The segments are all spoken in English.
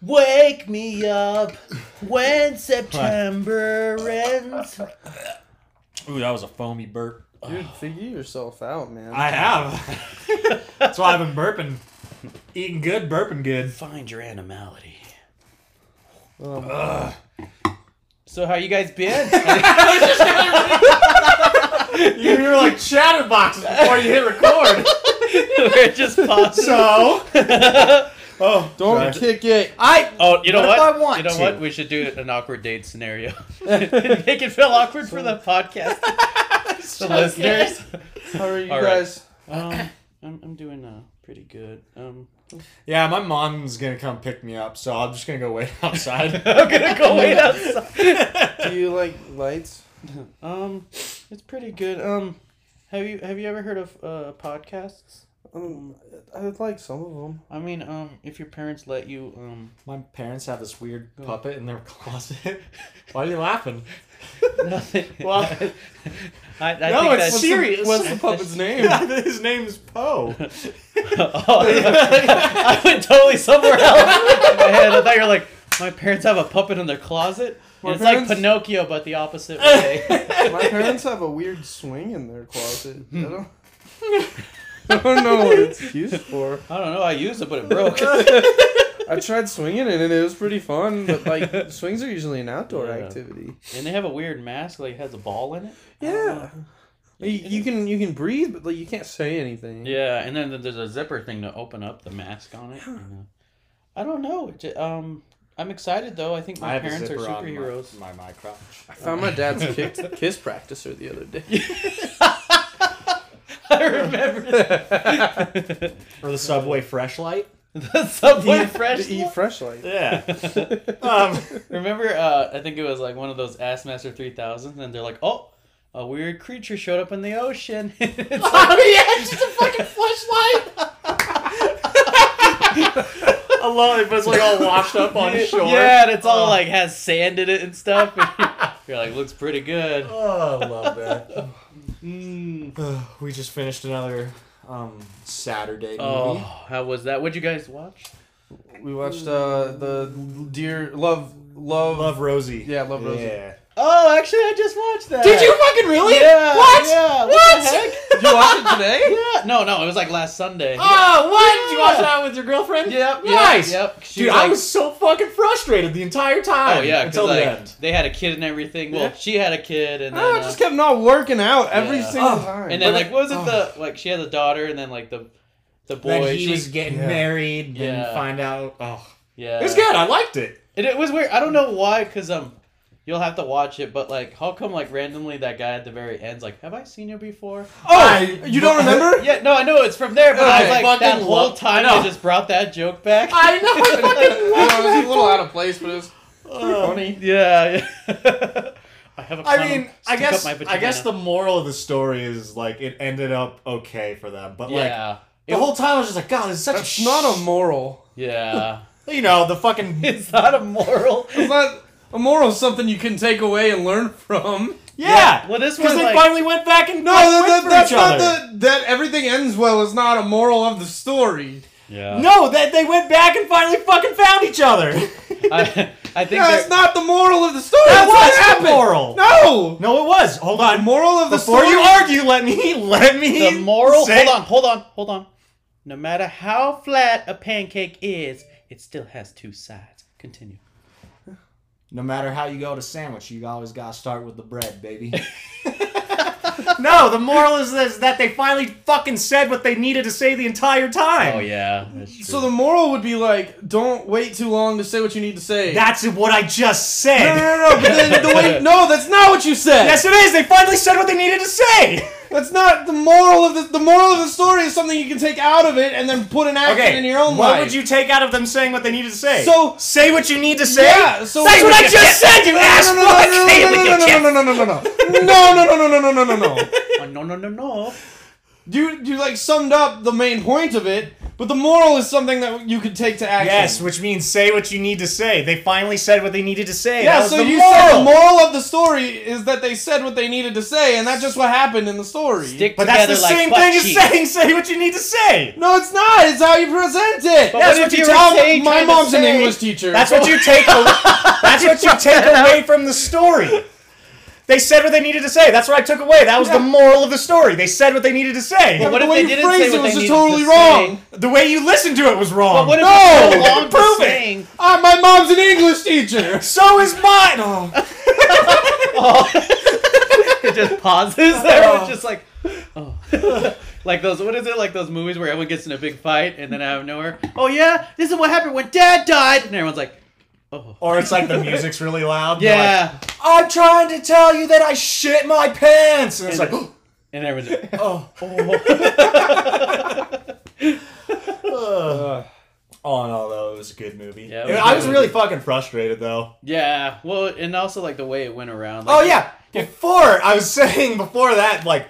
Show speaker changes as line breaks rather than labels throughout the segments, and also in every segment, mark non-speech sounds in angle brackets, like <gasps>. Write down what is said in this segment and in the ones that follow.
Wake me up <laughs> when September ends.
Ooh, that was a foamy burp.
Dude, figure yourself out, man.
I have. <laughs> That's why I've been burping, eating good, burping good.
Find your animality.
Um,
So how you guys been? <laughs>
You were like chatterboxes before you hit record.
We're just pausing.
So, <laughs> oh, sorry.
don't kick it.
I
<laughs> Oh, you know
What
what?
if I want
you know
to?
what? We should do an awkward date scenario. <laughs> Make it feel awkward for the podcast, <laughs> the listeners.
How are you
All right.
guys?
Um, I'm, I'm doing uh, pretty good. Um, <laughs>
yeah, my mom's gonna come pick me up, so I'm just gonna go wait <laughs>
<laughs>
outside.
I'm gonna go wait outside.
Do you like lights?
Um, it's pretty good. Um, have you have you ever heard of uh podcasts?
Um, I would like some of them.
I mean, um, if your parents let you, um, <laughs>
my parents have this weird puppet in their closet. <laughs> Why are you laughing?
nothing.
Well-
<laughs> I, I
No,
think
it's
that's
serious.
What's the puppet's name?
<laughs> His name's Poe.
<laughs> Oh, I went totally somewhere else in my head. I thought you were like, my parents have a puppet in their closet.
My
And it's
parents-
like Pinocchio, but the
<laughs>
opposite way. <laughs>
My parents have a weird swing in their closet.
Hmm.
I don't, <laughs> I don't know what it's used for.
I don't know. I used it, but it <laughs>
<laughs>
broke.
I tried swinging it and it was pretty fun, but
<laughs>
like swings are usually an outdoor
Yeah.
activity.
and they have a weird mask, like has a ball in it.
Yeah. You, you can you can breathe, but like you can't say anything.
Yeah, and then there's a zipper thing to open up the mask on it. and, uh, I don't know. It ju- Um, I'm excited though. I think my parents are superheroes.
my, my crotch.
I found my dad's kick, kiss practicer the other day.
<laughs> I remember that. <laughs>
Or the Subway Fresh Light.
the Subway <laughs>
Yeah,
Fresh.
E
To eat fresh light.
Yeah. <laughs> um,
<laughs> Remember, uh, I think it was like one of those Assmaster 3000s, and they're like, oh, a weird creature showed up in the ocean. <laughs> Oh, It's like-
yeah, it's just a fucking <laughs> flashlight. I love it, but it's like all washed up
<laughs>
<laughs> on shore.
Yeah, and it's all
Oh.
like has sand in it and
<laughs>
stuff. <laughs> And you're like, looks pretty good.
Oh, I love that.
Mm.
<laughs> Ugh, we just finished another um, Saturday movie.
Oh, how was that? What'd you guys watch?
We watched uh the dear love love,
Love Rosie.
Yeah, Love Rosie.
Yeah.
Oh, actually, I just watched that.
Did you fucking really?
Yeah.
What?
Yeah. What?
What?
the heck?
<laughs>
Did you watch it today?
<laughs> Yeah. No, no, it was like last Sunday.
Oh, what? Did you
Yeah.
watch that with your girlfriend?
Yep.
Nice.
Yep. yep. She
Dude, I
like-
was so fucking frustrated the entire time.
Oh yeah,
until
because
the
like
end.
they had a kid and everything. Well,
Yeah.
she had a kid, and then
Oh, it
uh,
just kept not working out every
Yeah.
single
Oh,
time.
And then
But
like what was it
oh.
the like she had the daughter and then like the the boy
Then he
she,
was getting
Yeah.
married and
Yeah.
find out. Oh,
yeah
it was good. I liked it.
and it was weird I don't know why because um you'll have to watch it but like how come like randomly that guy at the very end's like have I seen you before
oh,
I-
you don't <laughs> remember?
yeah no I know it's from there but
Okay.
I was like that
Fucking
whole
love-
time
I know.
they just brought that joke back
I know. I
<laughs>
fucking
I
loved
know, it was a little out of place, but it was
Uh,
<laughs> funny.
yeah, yeah. <laughs> I have a
I
condom.
mean, I
Stick
guess
up my
I guess the
vagina.
moral of the story is like it ended up okay for them, but like
yeah
the whole time I was just like, God, this is such
That's
a
not a
sh-
moral.
<laughs>
yeah
you know the fucking
<laughs>
yeah,
it's not a moral
It's not a moral. is Something you can take away and learn from.
well this
because
was
they
like
finally went back and
No,
like,
that,
went
that,
for
that's
each
not
other.
the that everything ends well is not a moral of the story.
<laughs> yeah
no that they went back and finally fucking found each
<laughs>
other.
I, <laughs> I think
Yeah,
there-
it's not the moral of the story.
That
That's what
was the
happened.
moral.
No,
No, it was. Hold
the
on,
moral of the
before
story.
you argue, let me <laughs> let me
the moral
say-
hold on hold on hold on no matter how flat a pancake is it still has two sides continue
No matter how you go to sandwich, you always gotta start with the bread,
<laughs>
baby. <laughs> no, the moral is this: that they finally fucking said what they needed to say the entire time.
Oh,
Oh,
yeah that's true.
So the moral would be like, don't wait too long to say what you need to say.
That's what I just
no,
said.
no, <laughs> no, no. But then the way, no, that's not what you said.
<laughs> Yes, it is. They finally said what they needed to
<laughs>
say.
That's not the moral of the. The moral of the story is something you can take out of it and then put an action in your own
what
life. <laughs>
would you take out of them saying what they needed to say?
So-
say what you need to say.
Yeah, so-
that's
Say
what
what
I
you
just said. You ass <laughs> fuck. Say what you just-
no, no, no, no, no, no, no, no, no, no, no,
<laughs>
no, no, no, no, no, no, no.
oh, no no no no
You you like summed up the main point of it, But the moral is something that you could take to action.
Yes, which means say what you need to say. They finally said what they needed to say.
Yeah,
That was
so
the
you
moral.
said the moral of the story is that they said what they needed to say, and that's just what happened in the story.
Stick
But
together
that's the
like
same
butt
thing as
cheeks.
saying <laughs> say what you need to say.
No, it's not. It's how you present it.
But That's
what what you you
were
Tom-
saying-
my
trying to
mom's an
say.
English teacher.
That's what you take. Away,
<laughs>
that's what you take away from the story. They said what they needed to say. That's what I took away. That was the moral of the story. They said what they needed to say.
But what
the
if
way
they
you
didn't
phrased
say
it
what
was
they
just
needed to
totally
say?
wrong.
the way you listened to it was wrong.
But what if
No!
it's so long to
Prove it!
saying?
Ah, my mom's an English
<laughs>
teacher.
so is mine. Oh.
it just pauses. <laughs> Everyone's just like, oh, <laughs> like those. What is it? Like those movies where everyone gets in a big fight and then out of nowhere, oh yeah, this is what happened when Dad died, and everyone's like, oh
Or it's like the music's really loud. You're like, <laughs>
yeah,
I'm trying to tell you that I shit my pants. And it's like,
and everyone's
<laughs>
like,
<gasps> oh. Ugh. All in Uh, all, though, it was a good movie.
Yeah, it was
I was
good.
really fucking frustrated, though.
yeah. Well, and also like the way it went around.
Oh,
Like, <laughs>
yeah. Before, I was saying before that, like,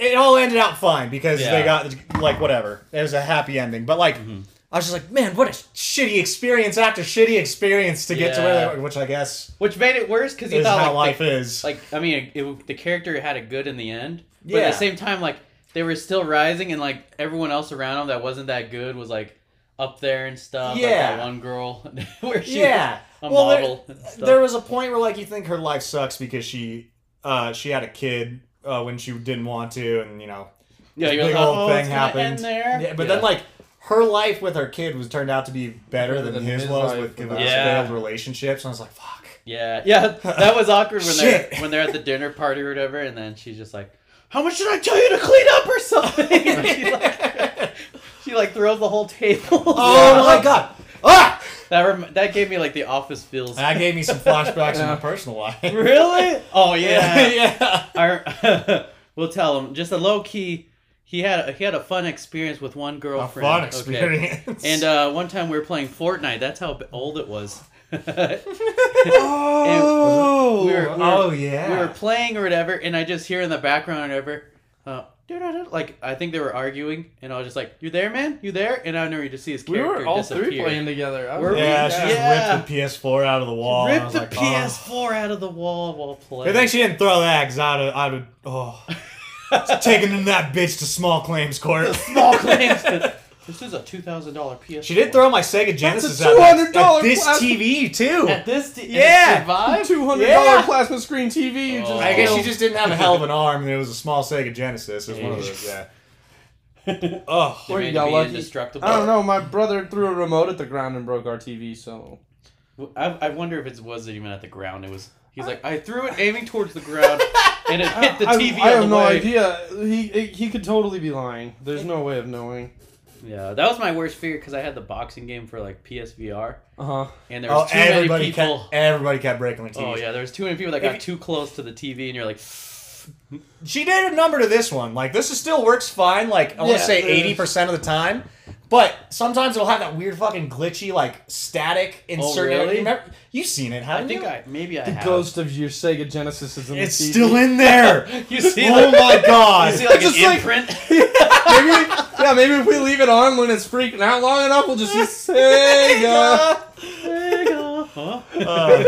it all ended out fine because
Yeah. Mm-hmm.
they got, like, whatever. It was a happy ending. But, like, I was just like, man, what a shitty experience after shitty experience to get to where
Yeah.
they were, which I guess
Which made it worse because you
is
thought
how
like
life
the,
is.
like I mean, it, it, the character had a good in the end, but at
Yeah.
the same time, like they were still rising, and like everyone else around them that wasn't that good was like up there and stuff. like that
Yeah.
one girl <laughs> where she
yeah.
was a
Well, there-
model. and stuff.
there was a point where like you think her life sucks because she uh she had a kid uh, when she didn't want to and you know
yeah,
this
you're
big
like,
old
oh,
thing
it's gonna
happened
end there.
Yeah, but then like her life with her kid was turned out to be better than, his, was
life
with his
without-
Yeah.
failed relationships and I was like fuck
yeah, yeah, that was awkward when they're
Shit.
when they're at the dinner party or whatever, and then she's just like, "How much should I tell you to clean up or something?" And <laughs> she, like, she like throws the whole table.
oh
<laughs> Yeah.
my god ah
That rem- that gave me like the office feels.
that gave me some flashbacks in my personal life
<laughs> Really? Oh yeah.
<laughs> yeah
I, <laughs> we'll tell him just a low key. He had he had a fun experience with one
a
girlfriend.
fun
Okay.
experience
And uh, one time we were playing Fortnite. That's how b- old it was. <laughs>
Oh,
we were- we were-
oh
we
yeah
were playing or whatever, and I just hear in the background or whatever, uh, "Doo-doo-doo," like I think they were arguing, and I was just like, "You there, man? You there?" And I know you just see his
we
character
were all
disappear.
three playing together. I
Were
was-
we?
yeah, she just
Yeah.
ripped the PS4 out of the wall. and I
Rip
was
the
like, oh.
PS4 out of the wall while
I
playing.
think she didn't throw that because I'd have, I'd have, oh. taking in that bitch to small
<laughs>
claims
<laughs>
court.
<laughs>
Small claims. this is a two thousand dollar PS.
She did throw my Sega Genesis out
$200
at this
plastic-
TV too.
at this. T-
Yeah.
survive.
Two hundred dollar
Yeah.
plasma screen TV. You just
Oh.
I guess she
built.
just didn't have a hell of an arm, and it was a small Sega Genesis. It was one of
<laughs>
those, yeah.
<laughs>
Oh,
Or you
Made to
got
be
lucky.
indestructible.
I don't know. My brother threw a remote at the ground and broke our TV. So
I, I wonder if it was even at the ground. It was. He's like, I threw it aiming towards the ground, and it hit the
I,
TV
I
on
have
the
no
way.
idea. He he could totally be lying. There's no way of knowing.
Yeah, that was my worst fear because I had the boxing game for like PSVR,
Uh huh.
and there
oh
was too many
everybody
people.
kept everybody kept breaking the TV.
Oh yeah, there was too many people that got too close to the TV, and you're like,
She did a number to this one. Like this is still works fine. Like I want
Yeah,
to say
it is.
eighty percent of the time, but sometimes it'll have that weird fucking glitchy like static in
Oh,
certain.
really?
Remember- You've seen it, haven't
I think
you?
I maybe I
The
have.
ghost of your Sega Genesis is in
It's
the TV.
still in <laughs> there.
You see,
oh
like,
<laughs> my god.
you see like
Just
an
like-
imprint. <laughs>
<laughs> maybe, yeah, maybe if we leave it on when it's freaking out long
<laughs>
enough, we'll just see Sega.
<laughs>
Huh?
Uh,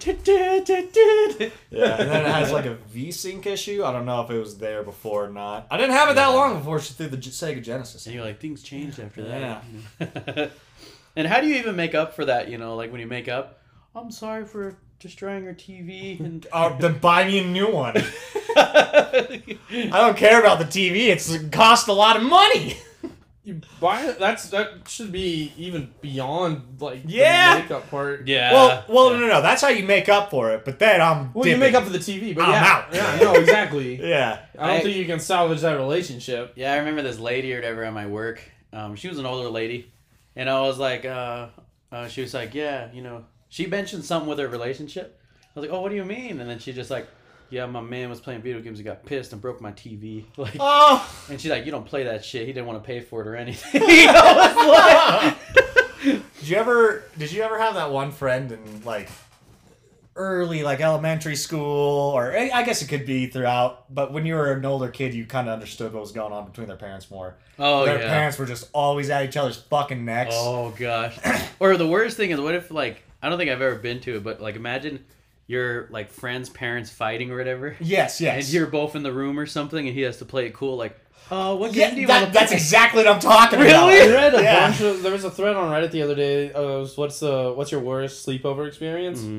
Du-du-du-du.
yeah, and then it has like a V sync issue. I don't know if it was there before or not. I didn't have it that long before she threw the G- Sega Genesis.
And you're like, things changed after that. Yeah. <laughs> and how do you even make up for that? You know, like when you make up, I'm sorry for destroying your TV and. <laughs>
Uh, then buy me a new one. I don't care about the TV. It's it cost a lot of money.
You buy it. That's that should be even beyond like
Yeah.
the makeup part.
yeah.
well, well,
yeah.
no, no, no. That's how you make up for it. But then I'm.
Uh, Well,
dipping.
you make up for the TV, but
I'm
yeah,
out.
yeah,
<laughs>
no, exactly. <laughs>
Yeah.
I don't
I-
think you can salvage that relationship.
Yeah, I remember this lady or whatever at my work. Um, she was an older lady, and I was like, uh, uh, she was like, yeah, you know, she mentioned something with her relationship. I was like, oh, what do you mean? And then she just like, yeah, my man was playing video games and got pissed and broke my TV. <laughs> Like,
Oh.
and she's like, you don't play that shit. He didn't want to pay for it or anything. <laughs> I was like,
did you ever? Did you ever have that one friend and like? early, like elementary school, or I I guess it could be throughout. But when you were an older kid, you kind of understood what was going on between their parents more.
Oh
their
yeah.
parents were just always at each other's fucking necks.
Oh gosh. or the worst thing is, what if like I don't think I've ever been to it, but like imagine your like friend's parents fighting or whatever,
Yes,
and
yes.
you're both in the room or something, and he has to play it cool, like, oh, what game
yeah,
do you want
that,
to
that's exactly what I'm talking about.
Really?
I read
<laughs>
a
Yeah.
bunch of. There was a thread on Reddit the other day. Uh, it was, what's the what's your worst sleepover experience?
Oh,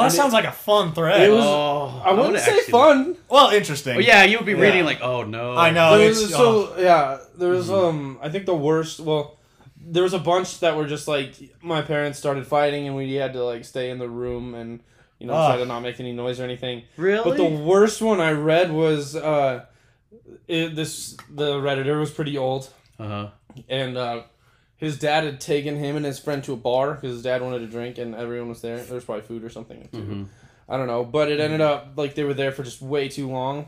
that
And it-
sounds like a fun thread.
It was-
Oh,
I wouldn't
would
say
actually-
fun.
well, interesting.
Oh, yeah, you would be
Yeah.
reading like, oh no.
I know.
there
It's,
was, so yeah, there was um. I think the worst. Well, there was a bunch that were just like my parents started fighting, and we had to like stay in the room and you know try
Ugh.
to not make any noise or anything.
Really?
But the worst one I read was uh, it, this the redditor was pretty old,
uh-huh.
and uh, his dad had taken him and his friend to a bar because his dad wanted a drink, and everyone was there. There was probably food or something. too.
Mhm.
I don't know, but it ended up like they were there for just way too long,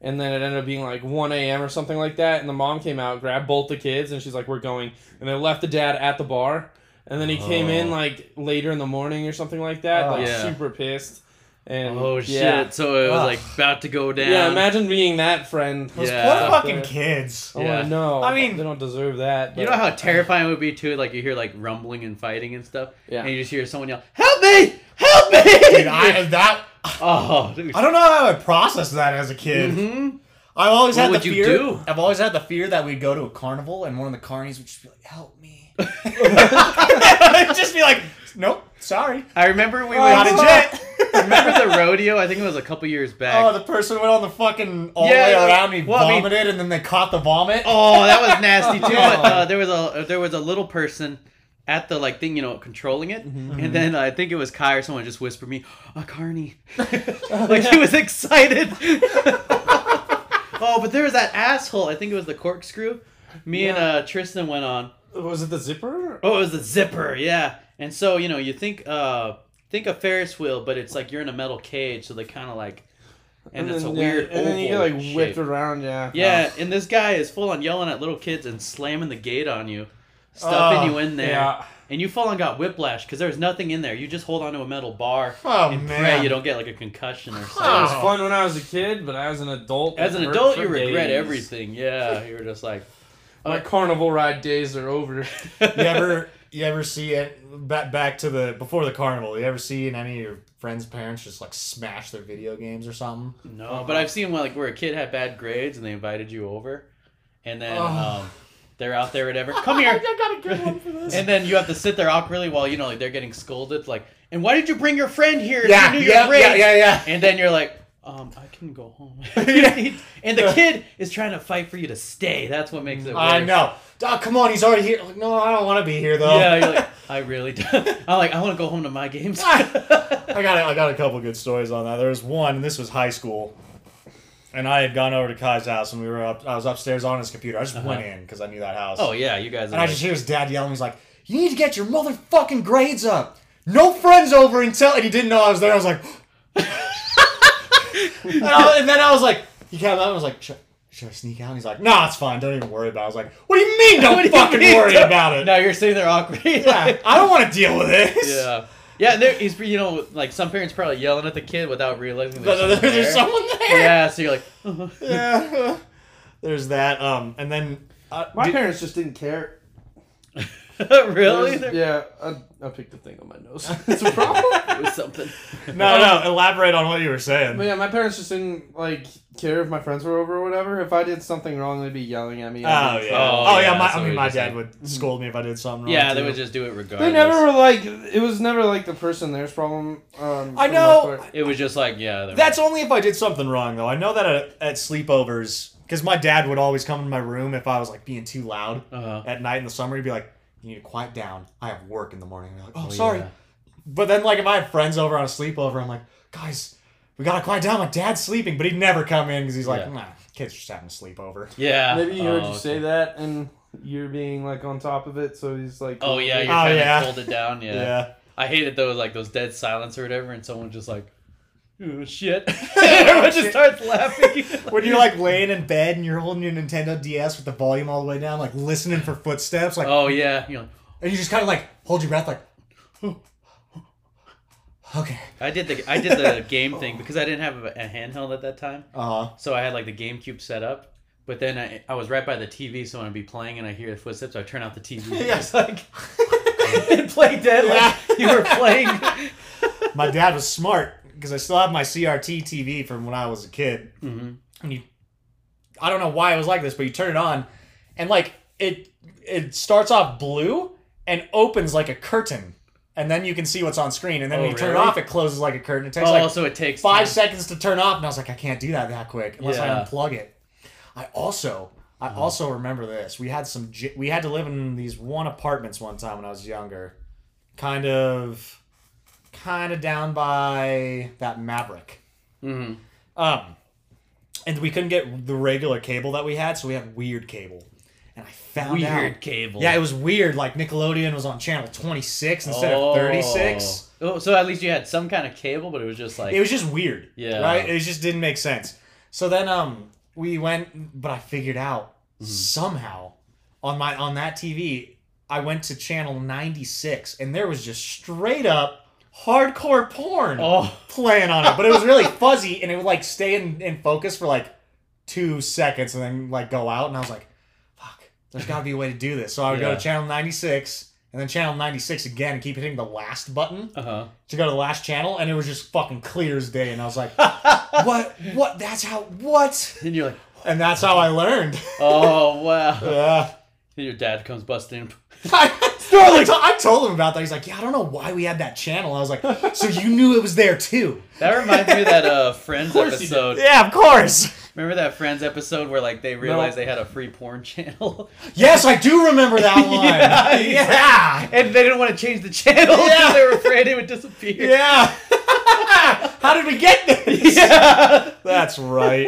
and then it ended up being like one a.m. or something like that. And the mom came out, grabbed both the kids, and she's like, "We're going," and they left the dad at the bar. And then he came in
Oh.
like later in the morning or something like that,
Oh.
like
Yeah.
super pissed. And
Oh shit!
yeah.
So it was
Ugh.
like about to go down.
Yeah, imagine being that friend.
Those
Yeah.
poor fucking
Yeah.
kids.
Oh
Yeah.
no!
I mean-
they don't deserve that.
You
but-
know how terrifying it would be too. Like you hear like rumbling and fighting and stuff,
Yeah.
and you just hear someone yell, "Help me! Help me!" <laughs>
Dude, I, that,
oh, dude.
I don't know how I would process that as a kid.
Mhm.
I've always
What
had
would
the
you
fear.
do?
I've always had the fear that we'd go to a carnival and one of the carnies would just be like, "Help
<laughs>
me," <laughs> just be like, "Nope, sorry,
I remember
Oh,
we
not
went.
a
to
jet."
remember the rodeo? I think it was a couple years back.
Oh, the person went on the fucking all the
Yeah,
way
yeah.
around me,
Well, I mean-
vomited, and then they caught the vomit.
Oh, that was nasty too. But
Oh.
uh, there was a there was a little person at the like thing, you know, controlling it.
Mm-hmm.
And then I think it was Kai or someone just whispered me, "A
<laughs>
carny," like he was excited. <laughs> oh, but there was that asshole. I think it was the corkscrew. Me and uh, Tristan went on.
was it the zipper?
Oh, it was a zipper, yeah. And so you know, you think uh think a Ferris wheel, but it's like you're in a metal cage, so they kind of like, and, it's a
then, yeah,
weird.
And then you get
oval
like whipped
shape.
around. Yeah.
Yeah, and this guy is full on yelling at little kids and slamming the gate on you, stuffing
Oh,
you in there,
Yeah.
and you full on got whiplash because there's nothing in there. You just hold onto a metal bar
Oh,
and
man.
pray you don't get like a concussion or something.
It was
Oh.
fun when I was a kid, but as an adult,
As
it
an
hurt
adult,
for
you regret
days.
everything.
<laughs>
Yeah, you were just like,
My carnival ride days are over.
you ever you ever see it back back to the before the carnival? You ever see any of your friends' parents just like smash their video games or something?
<laughs> No, but I've seen one like where a kid had bad grades and they invited you over, and then
Oh.
um, they're out there whatever. Come here,
<laughs> I got a good one for
<laughs>
this.
and then you have to sit there awkwardly while you know like they're getting scolded. Like, and why did you bring your friend here? if
yeah,
you knew
yeah,
your grades?"
yeah, yeah, yeah.
And then you're like, um, I can go
<laughs>
home. <laughs> and the kid is trying to fight for you to stay. That's what makes it. Worse.
I know. Oh, come on, he's already here. Like, no, I don't want to be here though.
Yeah, you're like, I really. do I'm like, I want to go home to my games.
<laughs> I got a, I got a couple good stories on that. There was one, and this was high school, and I had gone over to Kai's house, and we were up. I was upstairs on his computer. I just went in because I knew that
<laughs>
house.
Uh-huh. oh yeah, you guys. Are
And I just hear his dad yelling. He's like, "You need to get your motherfucking grades up. No friends over until." And he didn't know I was there. I was like, <gasps> and, I- and then I was like, he came out. and was like, should, should I sneak out? And he's like, No, it's fine. Don't even worry about. it. I was like, What do
<laughs>
you
What
mean? Don't
do you
fucking
mean?
worry about it.
No,
Ah.
<laughs> you're sitting there awkwardly.
Yeah, I don't want to deal with this. <laughs>
Yeah. Yeah, there, he's you know like some parents probably yelling at the kid without realizing there's,
There's,
someone there.
someone
<laughs>
there.
Yeah, so you're like, <laughs> uh-huh.
yeah. <laughs> There's that. Um,
<laughs>
and then uh,
<laughs> My
dude,
parents just didn't care.
really?
There's-
There
Yeah, I, I picked a thing on my <laughs> nose. it's a problem.
was something.
no, no. Elaborate on what you were saying.
but yeah, my parents just didn't like care if my friends were over or whatever. If I did something wrong, they'd be yelling at me.
Oh
Oh,
yeah. Oh, yeah.
yeah,
my,
so
I mean,
we
my
just like-
dad would scold me if I did something wrong.
Yeah, they
too.
would just do it regardless.
They never were like. It was never like the person there's problem. Um,
I
for the most
know.
part.
It was just like yeah. they were-
That's only if I did something wrong, though. I know that at, at sleepovers, because my dad would always come in my room if I was like being too loud
Uh-huh.
at night in the summer. He'd be like, "You need to quiet down. I have work in the morning." And I'm like, "Oh,
Oh,
sorry."
yeah.
But then, like, if I have friends over on a sleepover, I'm like, "Guys, we gotta quiet down. My dad's sleeping." But he'd never come in because he's like,
Yeah.
"Nah, kids just having a sleepover."
Yeah.
Maybe he heard
Oh,
you say
okay.
that, and you're being like on top of it, so he's like,
Oh yeah, you're
Oh,
trying
yeah.
to hold it down. Yeah.
Yeah.
I hated those like those dead silence or whatever, and someone just like, oh shit, everyone just starts laughing.
When you're like laying in bed and you're holding your Nintendo DS with the volume all the way down, like listening for footsteps, like,
oh yeah, you're like,
and you just kind of like hold your breath, like, <gasps> Okay.
I did the I did the game thing because I didn't have a, a handheld at that time,
Uh huh.
so I had like the GameCube set up. But then I, I was right by the TV, so when I'd be playing and I hear the footsteps, I turn off the TV.
Yeah.
It's like <laughs> and play dead like you were playing.
my dad was smart because I still have my CRT TV from when I was a kid.
Mhm.
And you, I don't know why it was like this, but you turn it on, and like it, it starts off blue and opens like a curtain, and then you can see what's on screen. And then
Oh,
when you turn it
really?
off, it closes like a curtain. It takes
Oh,
like
so it takes
five
time.
seconds to turn off, and I was like, I can't do that that quick unless I
Yeah. Mm.
unplug it. I also, I also remember this. We had some, j- we had to live in these one apartments one time when I was younger, kind of, kind of down by that Maverick.
Mhm.
Um, and we couldn't get the regular cable that we had, so we had weird cable. And I found
Weird
out.
cable.
Yeah, it was weird. Like Nickelodeon was on channel 26 instead
Oh.
of 36.
Oh, so at least you had some kind of cable, but it was just like
it was just weird.
Yeah.
Right? It just didn't make sense. So then um we went but I figured out
Mm-hmm.
somehow on my on that TV I went to channel 96 and there was just straight up hardcore porn
oh.
playing on it, but it was really fuzzy and it would like stay in, in focus for like 2 seconds and then like go out and I was like fuck, there's got to be a way to do this. So I would go
Yeah.
to channel 96 and then channel 96 again and keep hitting the last button
Uh huh.
to go to the last channel and it was just fucking clear as day and I was <laughs> like what what that's how what
And <laughs> you're like,
and that's how I learned <laughs>
oh wow.
yeah
And your dad comes busting. in.
I, I, to- I told him about that he's like yeah I don't know why we had that channel I was like so you knew it was there too
That reminds me <laughs> of that uh, Friends
course he did.
episode.
yeah of course
Remember that Friends episode where like they realized they had a free porn channel
yes I do remember <laughs> that one
Yeah.
yeah
<laughs> and they didn't want to change the channel because <laughs>
Yeah.
they were afraid it would disappear.
yeah, <laughs> how did we get
<laughs>
this
Yeah.
that's right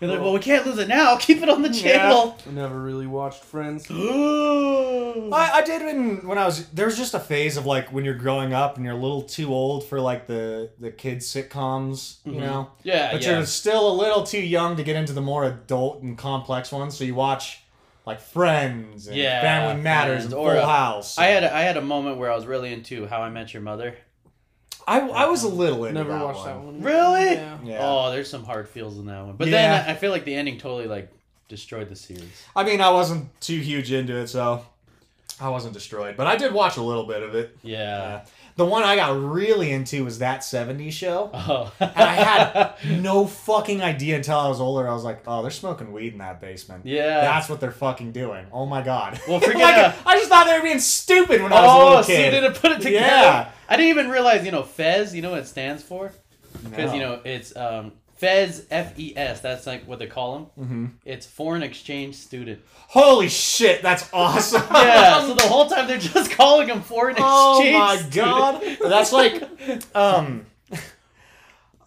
They're like, well, we can't lose it now. Keep it on the channel.
I never really watched <gasps> Friends.
Ooh.
I, I did when when I was there was just a phase of like when you're growing up and you're a little too old for like the the kids sitcoms, you
Yeah,
know. But
Mm-hmm. Uh, yeah.
you're still a little too young to get into the more adult and complex ones, so you watch like Friends and
Yeah,
Family Matters
Friends,
and
or
Full
a-
House.
I had a, I had a moment where I was really into How I Met Your Mother.
I, I was a little into
Never
that
watched
one.
that one.
Really?
Yeah.
Yeah.
Oh, there's some hard feels in that one. But
Yeah.
then I feel like the ending totally like destroyed the series.
I mean, I wasn't too huge into it, so I wasn't destroyed, but I did watch a little bit of it.
Yeah.
Yeah. The one I got really into was that 70s show.
<laughs> Oh.
And I had no fucking idea until I was older. I was like, oh, they're smoking weed in that
<laughs>
basement.
Yeah.
That's what they're fucking doing. Oh my god. <laughs>
Well, freaking,
Like,
uh,
I just thought they were being stupid when I was a
oh,
little
so you
kid.
didn't put it together.
Yeah.
I didn't even realize, you know, Fez. You know what it stands for? Because
No.
you know it's um, Fez F E S. That's like what they call him.
Mhm.
It's foreign exchange student.
<laughs> Holy shit, that's awesome.
Yeah.
<laughs>
so the <laughs> whole time they're just calling him foreign
oh
exchange.
my
student.
god. That's like <laughs> um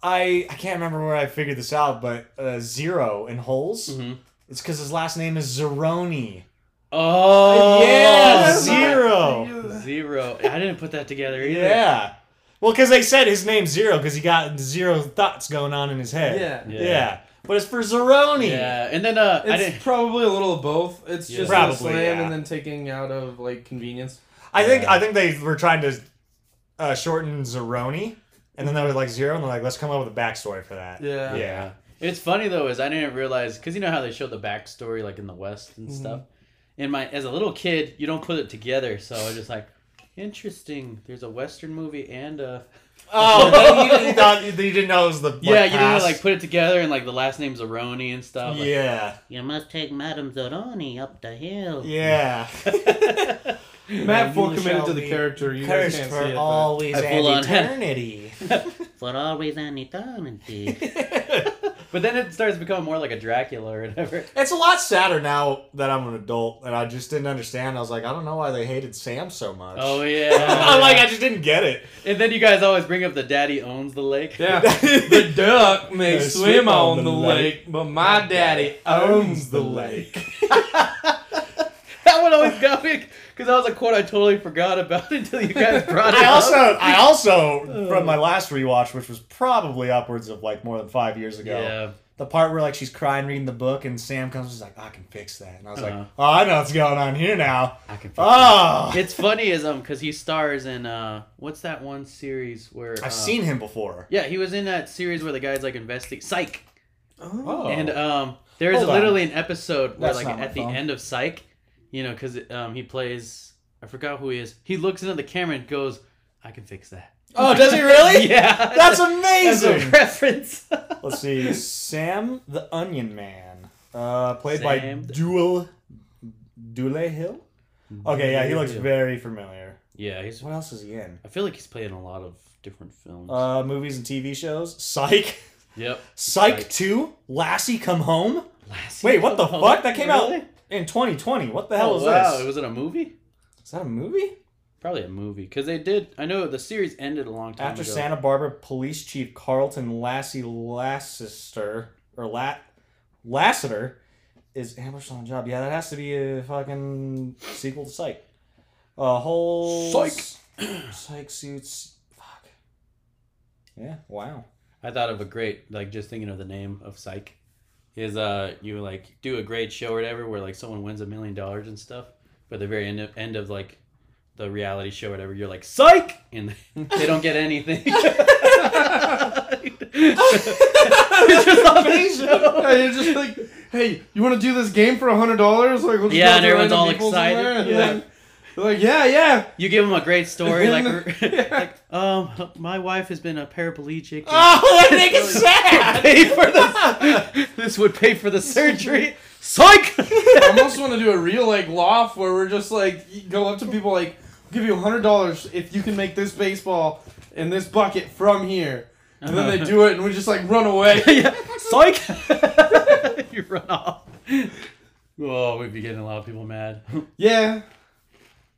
I I can't remember where I figured this out, but uh, zero in holes.
Mhm.
It's because his last name is Zeroni.
Oh.
yeah,
that's
zero.
Zero. I didn't put that together either.
Yeah. Well, because they said his name's Zero because he got zero thoughts going on in his head.
Yeah.
Yeah.
Yeah. But it's for Zeroni.
Yeah. And then uh, I didn't.
It's probably a little of both. It's
Yeah.
just
Probably,
the slam
yeah.
and then taking out of like convenience.
I think
Yeah.
I think they were trying to uh, shorten Zeroni, and then they were like Zero, and they're like, let's come up with a backstory for that.
Yeah.
Yeah.
It's funny though, is I didn't realize because you know how they show the backstory like in the West and stuff. In my as a little kid, you don't put it together, so I was just like, interesting. There's a Western movie and a
Oh, then <laughs> you, you thought you didn't know it was the like,
yeah. You didn't
past-
like put it together and like the last name's Aroni and stuff. Like,
yeah,
You must take Madame Zoroni up the hill. <laughs>
yeah.
<laughs> Matt
You
Ford committed
shall
to the
be
character. You guys
Cursed
can't see
for
it. but-
always
I
and
full on-
eternity.
For always and eternity. <laughs>
<laughs>
but then it starts becoming more like a Dracula or whatever.
It's a lot sadder now that I'm an adult, and I just didn't understand. I was like, I don't know why they hated Sam so much. <laughs>
Oh
I'm like,
yeah.
I just didn't get it.
and then you guys always bring up the daddy owns the
<laughs>
lake.
Yeah. the duck may
They
swim on the lake, but my daddy owns the lake.
<laughs> That one always got me because that was a quote I totally forgot about <laughs> until you
<laughs>
guys brought it
I
up.
also, I
Uh.
also, from my last rewatch, which was probably upwards of like more than five years ago,
yeah,
the part where like she's crying reading the book and Sam comes she's like I can fix that and I was
Uh-huh.
like oh I know what's going on here now
I can.
oh
It's funny is um because he stars in uh what's that one series where uh,
I've seen him before
yeah he was in that series where the guys like investigate Psych
Oh.
and um there's
Hold on.
literally an episode where
That's
like
not my
at the
phone.
end of Psych, you know because um he plays I forgot who he is he looks into the camera and goes I can fix that
oh does he
<laughs>
really
yeah
that's
That's a
amazing
reference <laughs>
let's see Sam the Onion Man uh played
Sam
by
the-
Duel Dule Hill okay yeah he looks
Hill.
very familiar
yeah he's
what else is he in
I feel like he's playing a lot of different films
uh movies and TV shows Psych
yep
Psych
Psych.
2 Lassie Come Home
Lassie
Wait, what the
Come
fuck?
Home?
That came
Really?
out in 2020. What the hell
Oh,
is
wow!
this?
Was it a movie?
Is that a movie?
Probably a movie because they did. I know the series ended a long time
After
ago.
Santa Barbara Police Chief Carlton Lassie Lassister or Lat Lassiter is ambushed on the job. Yeah, that has to be a fucking sequel to Psych. A whole
Psych.
<clears throat> Psych suits. Fuck. Yeah.
<laughs>
Wow.
I thought of a great like just thinking of the name of Psych. Is uh you like do a great show or whatever where like someone wins a million dollars and stuff, but the very end of, end of like the reality show or whatever you're like Psych and <laughs> they don't get anything. <laughs> It's just on
<laughs>
the show.
Yeah, you're just like, hey, you want to do this game for a hundred dollars? Like, we'll just
Yeah,
go
and
through
everyone's
random
all
people's in
excited.
there, and
Yeah.
then they're like,
<laughs>
yeah, yeah.
You give them a great story like, <laughs>
<laughs>
Yeah.
like um my wife has been a
<laughs>
paraplegic. and-
Oh, that nigga's sad.
pay for <laughs> the this would pay for the surgery. Psych.
<laughs>
<laughs>
I almost want to do a real like loft where we're just like you go up to people like, "I'll give you a hundred dollars if you can make this baseball and this bucket from here, and
Uh-huh.
then they do it, and we just like
<laughs>
run away.
yeah, psych. <laughs> you run off. Oh, we'd be getting a lot of people mad. <laughs>
yeah,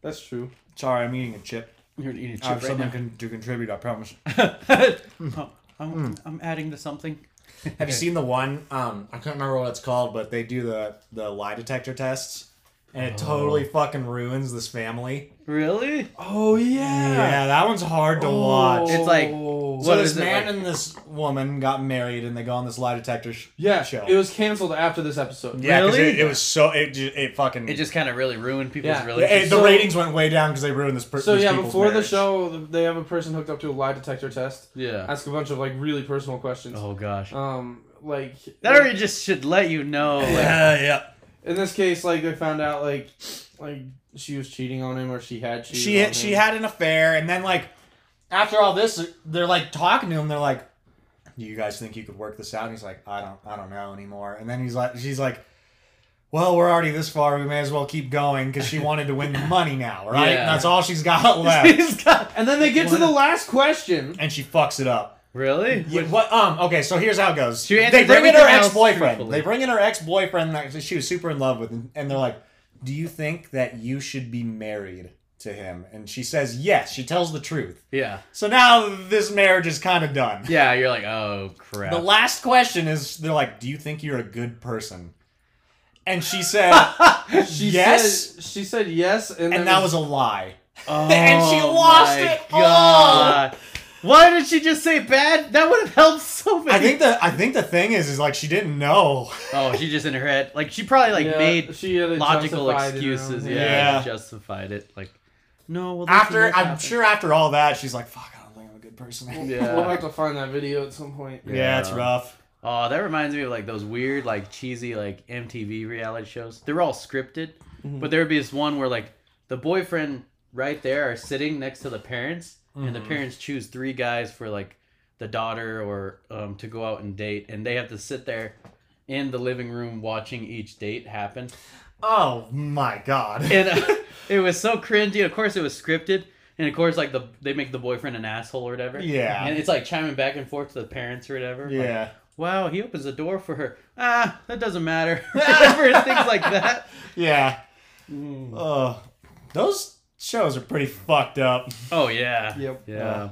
that's true.
Sorry, I'm eating a chip.
You're eating a
I have
chip right
something
now.
con- to contribute.
<laughs>
I promise.
Oh,
Hmm.
I'm, I'm adding to something.
Have you seen the one? Um, I can't remember what it's called, but they do the the lie detector tests, and it totally
Oh.
fucking ruins this family.
Really?
Oh yeah.
Yeah, that one's hard to watch.
It's like-
Oh.
so
what
this
is it
man
like?
and this woman got married, and they go on this lie detector sh-
yeah.
show.
It was canceled after this episode.
yeah, 'cause
Really?
it, it was so it ju- it fucking
It just kind of really ruined people's
Yeah.
it-
relationships.
the
so-
ratings went way down because they ruined this. Per-
So
these
yeah,
people's
before the
marriage.
show, they have a person hooked up to a lie detector test.
Yeah.
Ask a bunch of like really personal questions.
Oh
<laughs>
gosh.
Um, like
That already just should let you know. Like,
yeah, yeah.
in this case, like they found out like like she was cheating on him or she had cheated.
she
on
had,
him.
she had an affair, and then like after all this, they're like talking to him. They're like, "Do you guys think you could work this out?" And he's like, "I don't, I don't know anymore." And then he's like, "She's like, well, we're already this far. We may as well keep going because she wanted to win the money now, right?
Yeah.
And that's all she's got left."
<laughs> He's got-
And then they get to the
<laughs>
last question.
and she fucks it up.
really?
Yeah, what? Um. Okay. So here's how it goes.
She answered
they bring in her
everything else
ex-boyfriend.
truthfully.
They bring in her ex-boyfriend that she was super in love with, and, and they're like, "Do you think that you should be married to him?" And she says, "Yes." She tells the truth.
Yeah.
So now this marriage is kind of done.
Yeah. You're like, oh crap.
The last question is they're like, "Do you think you're a good person?" And
<laughs>
she said,
She
"Yes."
said, she said yes, and,
and
then-
that was a lie.
Oh,
And she lost
my
it all.
God. Why did she just say bad? That would have helped so many.
I think the I think the thing is is like she didn't know.
Oh, she just in her head. Like she probably like
Yeah,
made
she had it
logical
justified in her own
excuses.
head.
Yeah,
Yeah.
justified it. Like no. Well, this
After I'm
didn't happen.
sure after all that, she's like, "Fuck, I don't think I'm a good person."
Yeah.
We'll have to find that video at some point.
Yeah, it's rough.
Oh, that reminds me of like those weird, like cheesy, like MTV reality shows. They were all scripted,
Mm-hmm.
but there would be this one where like the boyfriend right there are sitting next to the parents, and the
Mhm.
parents choose three guys for like the daughter or um, to go out and date, and they have to sit there in the living room watching each date happen.
Oh my god.
and uh, it was so cringy. Of course, it was scripted, and of course, like the they make the boyfriend an asshole or whatever.
Yeah.
and it's like chiming back and forth to the parents or whatever. Like,
<laughs> yeah.
wow, he opens the door for her. Ah, that doesn't matter. <laughs> whatever, things like that.
Yeah.
Mm.
Ugh. those shows are pretty fucked up.
Oh yeah.
Yep.
Yeah.
Yeah.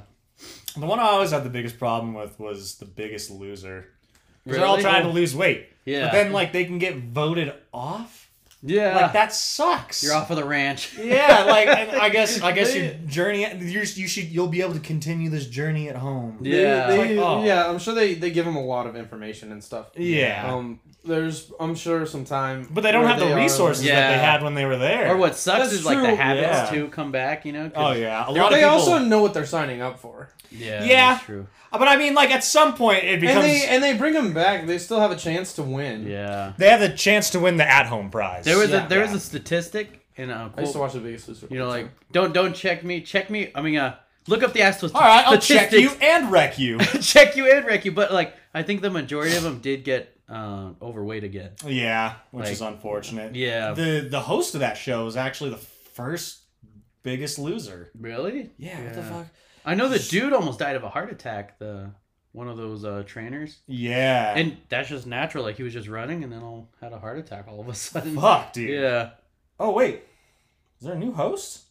The one I always had the biggest problem with was The Biggest Loser. 'Cause They're all
Really?
trying to lose weight.
Yeah.
But then, like, they can get voted off
Yeah.
Like that sucks.
You're off of the ranch.
<laughs> Yeah, like and I guess I
<laughs>
guess your journey you're, you should you'll be able to continue this journey at home.
Yeah.
They-
It's
they-
like, oh.
yeah. I'm sure they they give them a lot of information and stuff.
Yeah.
Um, there's I'm sure some time,
but they don't
where
have the
are-
resources that they
Yeah.
had when they were there.
Or what sucks
That's
is like the
true,
habits
yeah.
too come back, you know? 'cause-
Oh yeah, a
They
lot of people.
also know what they're signing up for,
Yeah.
Yeah.
That's true.
But I mean, like at some point, it becomes
and
they,
they and they bring them back. They still have a chance to win.
Yeah.
have the chance to win the at-home prize.
There was
Yeah.
a there was a statistic in a
I used to
quote,
watch The Biggest Loser.
you know
all the
like don't don't check me check me I mean uh look up the actual
All right, I'll check you
statistics
and wreck
<laughs>
you.
check you and wreck you but like I think the majority of them did get um, overweight again.
yeah, which
Like-
is unfortunate.
Yeah.
The the host of that show was actually the first biggest loser.
really?
Yeah, what the
Yeah.
fuck?
I know the dude almost died of a heart attack. The one of those uh, trainers,
Yeah.
and that's just natural. Like he was just running, and then all, had a heart attack all of a sudden.
fuck, dude.
Yeah,
Oh wait. Is there a new host?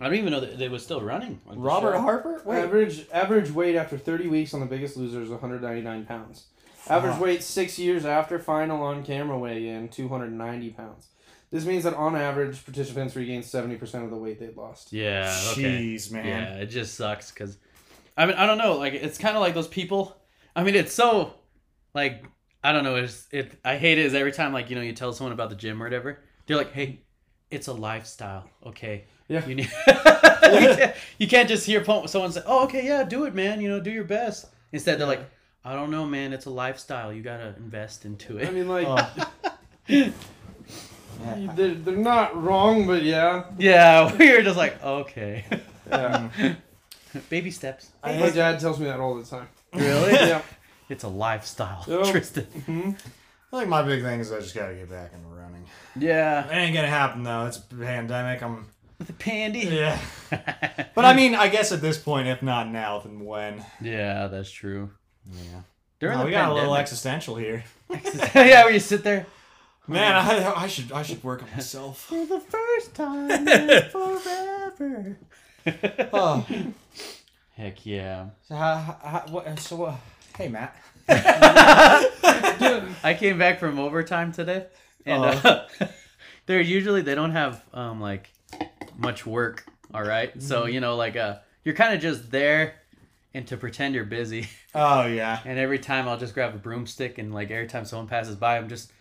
I don't even know that they was still running. like, the
Robert
show.
Harper?
time. average average weight after 30 weeks on The Biggest Loser is 199 pounds. Average
Fuck.
weight six years after final on camera weigh in 290 pounds. This means that on average, participants regained 70% of the weight they'd lost.
Yeah. Okay.
Jeez, man.
Yeah, it just sucks because, I mean, I don't know. Like it's kind of like those people. I mean, it's so, like, I don't know. It's it. I hate it. Is every time like you know you tell someone about the gym or whatever, they're like, hey, it's a lifestyle. Okay.
Yeah.
You, need- <laughs> you, can't, you can't just hear po- someone say, "Oh, okay, yeah, do it, man. You know, do your best." Instead, they're like, "I don't know, man. It's a lifestyle. You gotta invest into
I
it."
mean, like,
Oh.
they're, they're not wrong, but
<laughs>
yeah.
<laughs> yeah, we were just like,
<laughs>
"Okay, <laughs>
yeah.
baby steps."
I
My
hate-
dad tells me that all the time.
Really?
<laughs> Yeah. Mm-hmm.
It's a lifestyle,
Yeah.
Tristan. <laughs>
I think my big thing is I just gotta get back into running.
Yeah,
It ain't gonna happen though. It's a
<laughs>
pandemic. I'm
the pandy. <laughs>
yeah. But I mean, I guess at this point, if not now, then when?
yeah, that's true.
Yeah.
During
No,
the
we got a
pandemic,
little existential here.
<laughs> yeah, where you sit there
Man, I, I should I should work on
<laughs>
myself.
for the first time
<laughs>
in forever.
oh,
<laughs> Heck yeah!
so, how, how, what, so uh, hey Matt.
I came back from overtime today, and
Oh.
uh, <laughs> they're usually they don't have um like much work. All right, so
Mm-hmm.
you know like uh you're kind of just there, and to pretend you're busy. <laughs>
Oh yeah.
And every time I'll just grab a broomstick and like every time someone passes by, I'm
<laughs>
just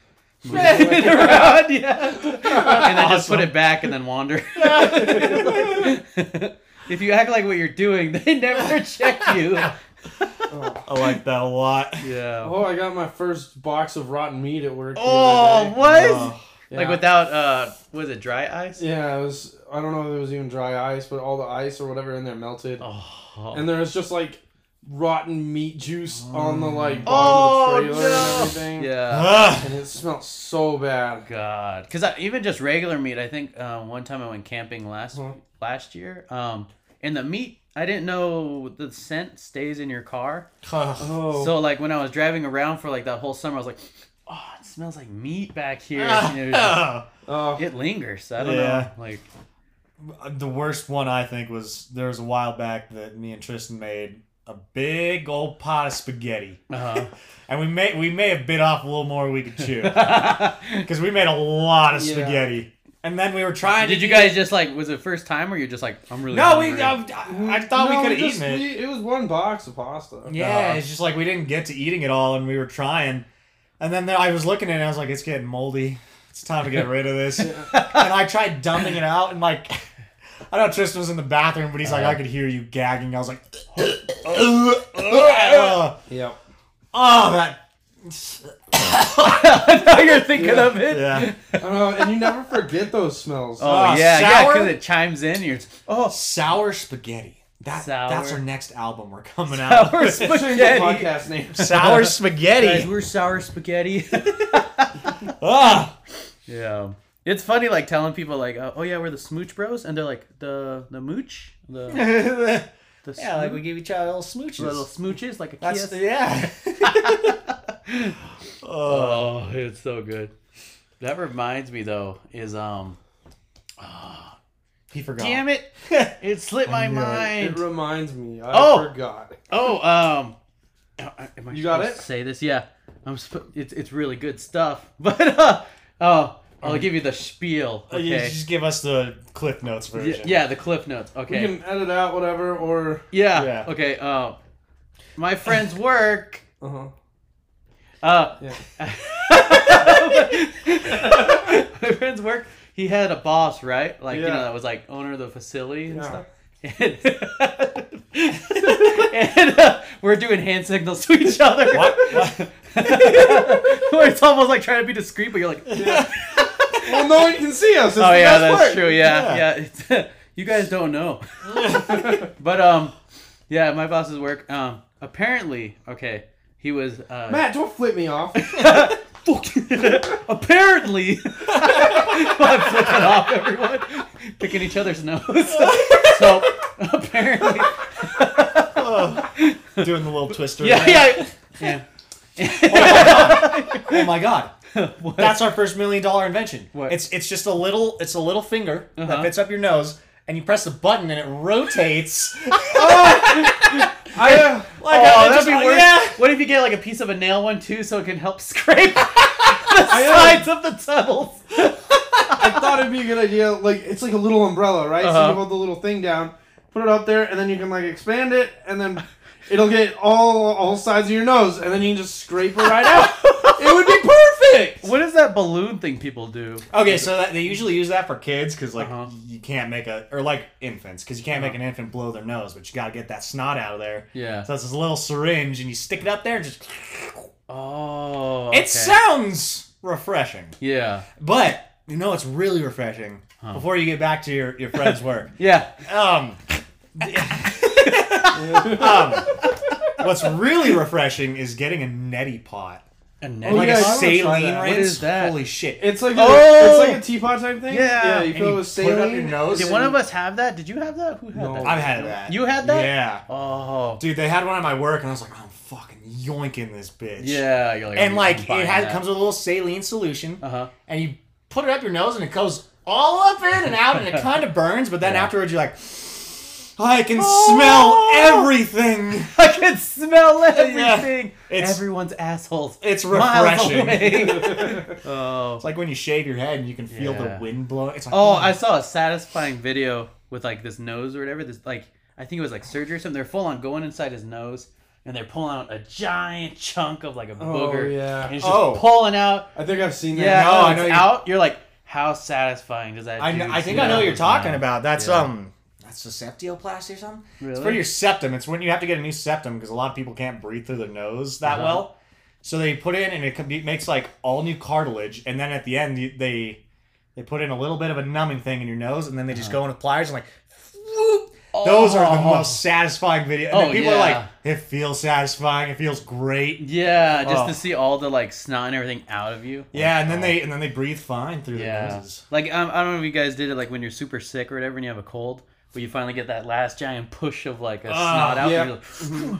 moving
it
<laughs> it around, yeah, and then just put
Awesome.
it back and then
<laughs>
wander. <laughs> if you act like what you're doing, they
<laughs>
never check you.
I like that a lot.
Yeah.
Oh, I got my first box of rotten meat at work. the other
Oh,
day.
what?
Oh,
Yeah.
Like without uh, was it dry ice?
Yeah, it was. I don't know if it was even dry ice, but all the ice or whatever in there melted,
Oh.
and there was just like rotten meat juice on the like
Oh,
bottom of the trailer
no.
and everything.
yeah.
Ugh.
<laughs>
And it smelled so bad.
God, because even just regular meat, I think uh, one time I went camping last
Huh.
last year, um, and the meat I didn't know the scent stays in your car.
Ugh.
Oh,
So like when I was driving around for like that whole summer, I was like, oh, it smells like meat back
<laughs>
here. And it, was just- <laughs>
oh,
it lingers. I don't
Yeah.
know.
<laughs>
Like
the worst one I think was there was a while back that me and Tristan made a big old pot of spaghetti,
uh,
and we may we may have bit off a little more we
<laughs>
could chew because we made a lot of
Yeah.
spaghetti, and then we were trying.
did
to
you guys just like was it first time or you're just like I'm really
No, we.
hungry? <laughs>
I, I- I thought
No,
we could have
just-
eaten it.
we- It was one box of pasta.
Yeah, it's just like we didn't get to eating it all, and we were trying. And then there, I was looking at it, and I was like, "It's getting moldy. It's time to get rid of <laughs> this." and I tried dumping it out, and like, I know Tristan was in the bathroom, but he's like, "I
Uh-huh.
could hear you gagging." I
<laughs>
was like,
Uh,
<laughs> "Oh,
Yep.
that."
now you're thinking
Yeah.
of it.
Yeah.
I know, and you never forget those smells.
Oh,
Oh,
yeah, yeah,
sour?
because it chimes in. You're oh
Sour spaghetti. That that's
Sour.
our next album we're coming out.
sour
with.
Change the
spaghetti.
podcast
<laughs>
name.
Sour
Guys,
<laughs> spaghetti.
we're sour spaghetti. <laughs>
Ugh.
yeah. It's funny, like telling people, like, "Oh yeah, we're the Smooch Bros," and they're like, "the the Mooch,
<laughs>
the, the
yeah, like we give each other little smooches.
little smooches, like a
That's
kiss."
yeah. <laughs> oh,
Oh, it's so good. That reminds me though, is um
he forgot.
damn it. <laughs> It slipped <laughs> my
I knew it.
It
mind.
reminds me. I
Oh.
forgot.
Oh, um I- am I
You got
supposed <laughs>
it?
to say this? Yeah. I'm sp- it's it's really good stuff. But uh oh, I'll give you the spiel.
Uh, you
Okay.
Just give us the Cliff Notes
Y-
version.
Yeah, the cliff notes. Okay.
We can edit out whatever or
yeah.
Yeah.
Okay. Uh, my friend's work.
uh-huh.
Uh,
Yeah.
<laughs> my friend's work. He had a boss, right? Like you
Yeah.
know, that was like owner of the facility and
Yeah.
stuff. And, <laughs> and, uh, we're doing hand signals to each other.
What?
<laughs>
What?
Where it's almost like trying to be discreet, but you're like,
Well, no one can see us. It's
oh
the
yeah,
best
that's
part.
true. Yeah,
Yeah.
yeah. It's, <laughs> you guys don't know, but um, yeah, my boss's work. Um, apparently, okay, he was
<laughs>
uh,
<laughs> Matt, don't flip me
<laughs>
off.
Fuck. <laughs> Apparently, <laughs> I'm flipping off everyone, picking each other's nose. <laughs> so apparently,
<laughs> Doing the little twister.
yeah, yeah, yeah.
Oh my god.
<laughs> What?
That's our first million dollar invention.
What?
It's it's just a little it's a little finger that
Uh-huh.
fits up your nose and you press the button and it
<laughs>
rotates. like
I, uh,
Oh,
it
that'd
just-
be worse.
yeah.
What if you get like a piece of a nail one too, so it can help <laughs> scrape the
uh,
sides of the tunnels?
I thought it'd be a good idea. Like it's like a little umbrella, right? So
Uh-huh.
you hold the little thing down, put it up there, and then you can like expand it, and then it'll get all all sides of your nose, and then you can just scrape it
<laughs>
right out. it would be perfect.
What is that balloon thing people do?
Okay, so that, they usually use that for kids because like
Uh-huh.
you can't make a or like infants because you can't make an infant blow their nose, but you gotta get that snot out of there.
Yeah.
So it's this little syringe and you stick it up there and just.
Oh. okay.
It sounds refreshing,
Yeah.
but you know it's really refreshing before you get back to your your friend's
<laughs>
work.
Yeah.
Um, <laughs> um, what's really refreshing is getting a neti pot.
A
Oh,
netty
Like
yeah, I
a
wanna try
saline
that.
rinse.
What is that?
Holy shit.
It's like a,
Oh!
it's like a teapot type thing.
Yeah.
yeah. You
And
fill it
you
with
put it up your
saline.
nose.
Did one of us have that? Did you have that? Who had
No.
that?
I've had that.
You had that?
Yeah.
Oh.
Dude, they had one at my work, and I was like, I'm fucking yoinking this bitch.
Yeah. You're like,
And like, it has, comes with a little saline solution,
Uh huh.
and you put it up your nose, and it goes all up in and out,
<laughs>
and it kind of burns, but then afterwards you're like, I can
Oh!
smell everything.
<laughs> I can <laughs> smell
Yeah.
everything.
It's-
Everyone's assholes.
It's
Miles
refreshing.
<laughs> away. oh.
It's like when you shave your head and you can feel
Yeah.
the wind blow. It's like,
Oh, I saw a satisfying video with like this nose or whatever. This like I think it was like surgery or something. They're full on going inside his nose and they're pulling out a giant chunk of like a booger.
yeah.
And it's just
Oh.
pulling out.
<laughs> I think I've seen that.
Yeah,
No,
oh,
I
it's
know you-
out. You're like, how satisfying does that?
I,
do
kn- I
to
think
see
I know
that
what you're
person's
talking
mouth?
about. That's
Yeah.
um, that's the septioplasty or something. It's for
Really?
your septum. It's when you have to get a new septum because a lot of people can't breathe through their nose that
Uh-huh.
well. So they put in and it com- makes like all new cartilage, and then at the end you- they they put in a little bit of a numbing thing in your nose, and then they just go in with pliers and like. whoop. Those are the
Oh.
most satisfying video. And then
Oh,
people are
yeah.
like, "It feels satisfying. It feels great."
Yeah, just
Oh.
to see all the like snot and everything out of you.
Yeah, and then they and then they breathe fine through their
oh. Yeah.
noses.
Like um, I don't know if you guys did it like when you're super sick or whatever and you have a cold, but you finally get that last giant push of like a
Ah,
snot out.
yeah.
And you're
<laughs>
like,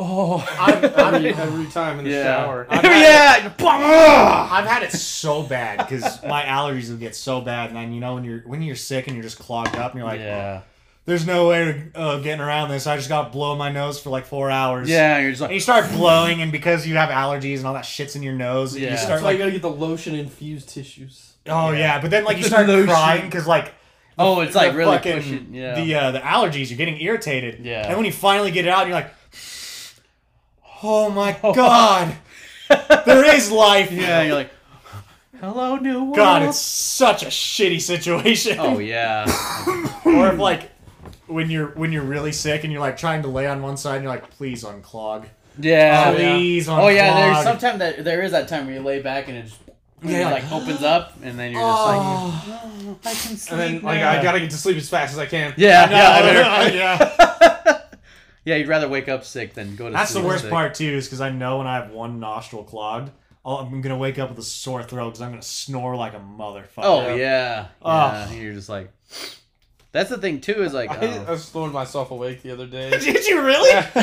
oh.
I've,
<laughs> Every,
<laughs>
I've,
every time in the shower.
I-
yeah. Ugh.
I've had it so bad because my allergies will get so bad, and then you know when you're when you're sick and you're just clogged up, and you're like,
yeah.
"There's no way of uh, getting around this. I just got to blow my nose for like four hours."
Yeah, you're just
And
like
you start blowing, and because you have allergies and all that shit's in your nose, you
Yeah.
just
That's
start
why you
like,
gotta get the lotion infused tissues.
"Oh yeah. But
<laughs>
then like you start
Lotion.
crying because like
Oh, it's like
the
really
fucking-
pushing. Yeah.
the uh, the allergies. You're getting irritated.
Yeah.
And when you finally get it out, you're like,
<laughs>
"Oh my god, there is life."
yeah, you're like Hello new world. <laughs>
God, it's such a shitty situation.
Oh yeah.
or if like when you're when you're really sick and you're like trying to lay on one side and you're like please unclog
Yeah.
yeah.
please unclog
Oh yeah, there's sometimes that there is that time where you lay back and it just
Yeah,
it, like opens up and then you're just
Oh.
like "Oh, I can sleep
And then like
now."
I gotta get to sleep as fast as I can.
yeah,
No,
yeah, there-
<laughs> yeah,
yeah, you'd rather wake up sick than go to
that's the
sleep.
worst
sick.
part too is because i know when i have one nostril clogged I'll, i'm gonna wake up with a sore throat because i'm gonna snore like a motherfucker
<laughs> Oh yeah. yeah.
Ugh.
You're just like That's the thing too, is like
<laughs> I,
oh.
I snored myself awake the other day. <laughs>
did you really <laughs>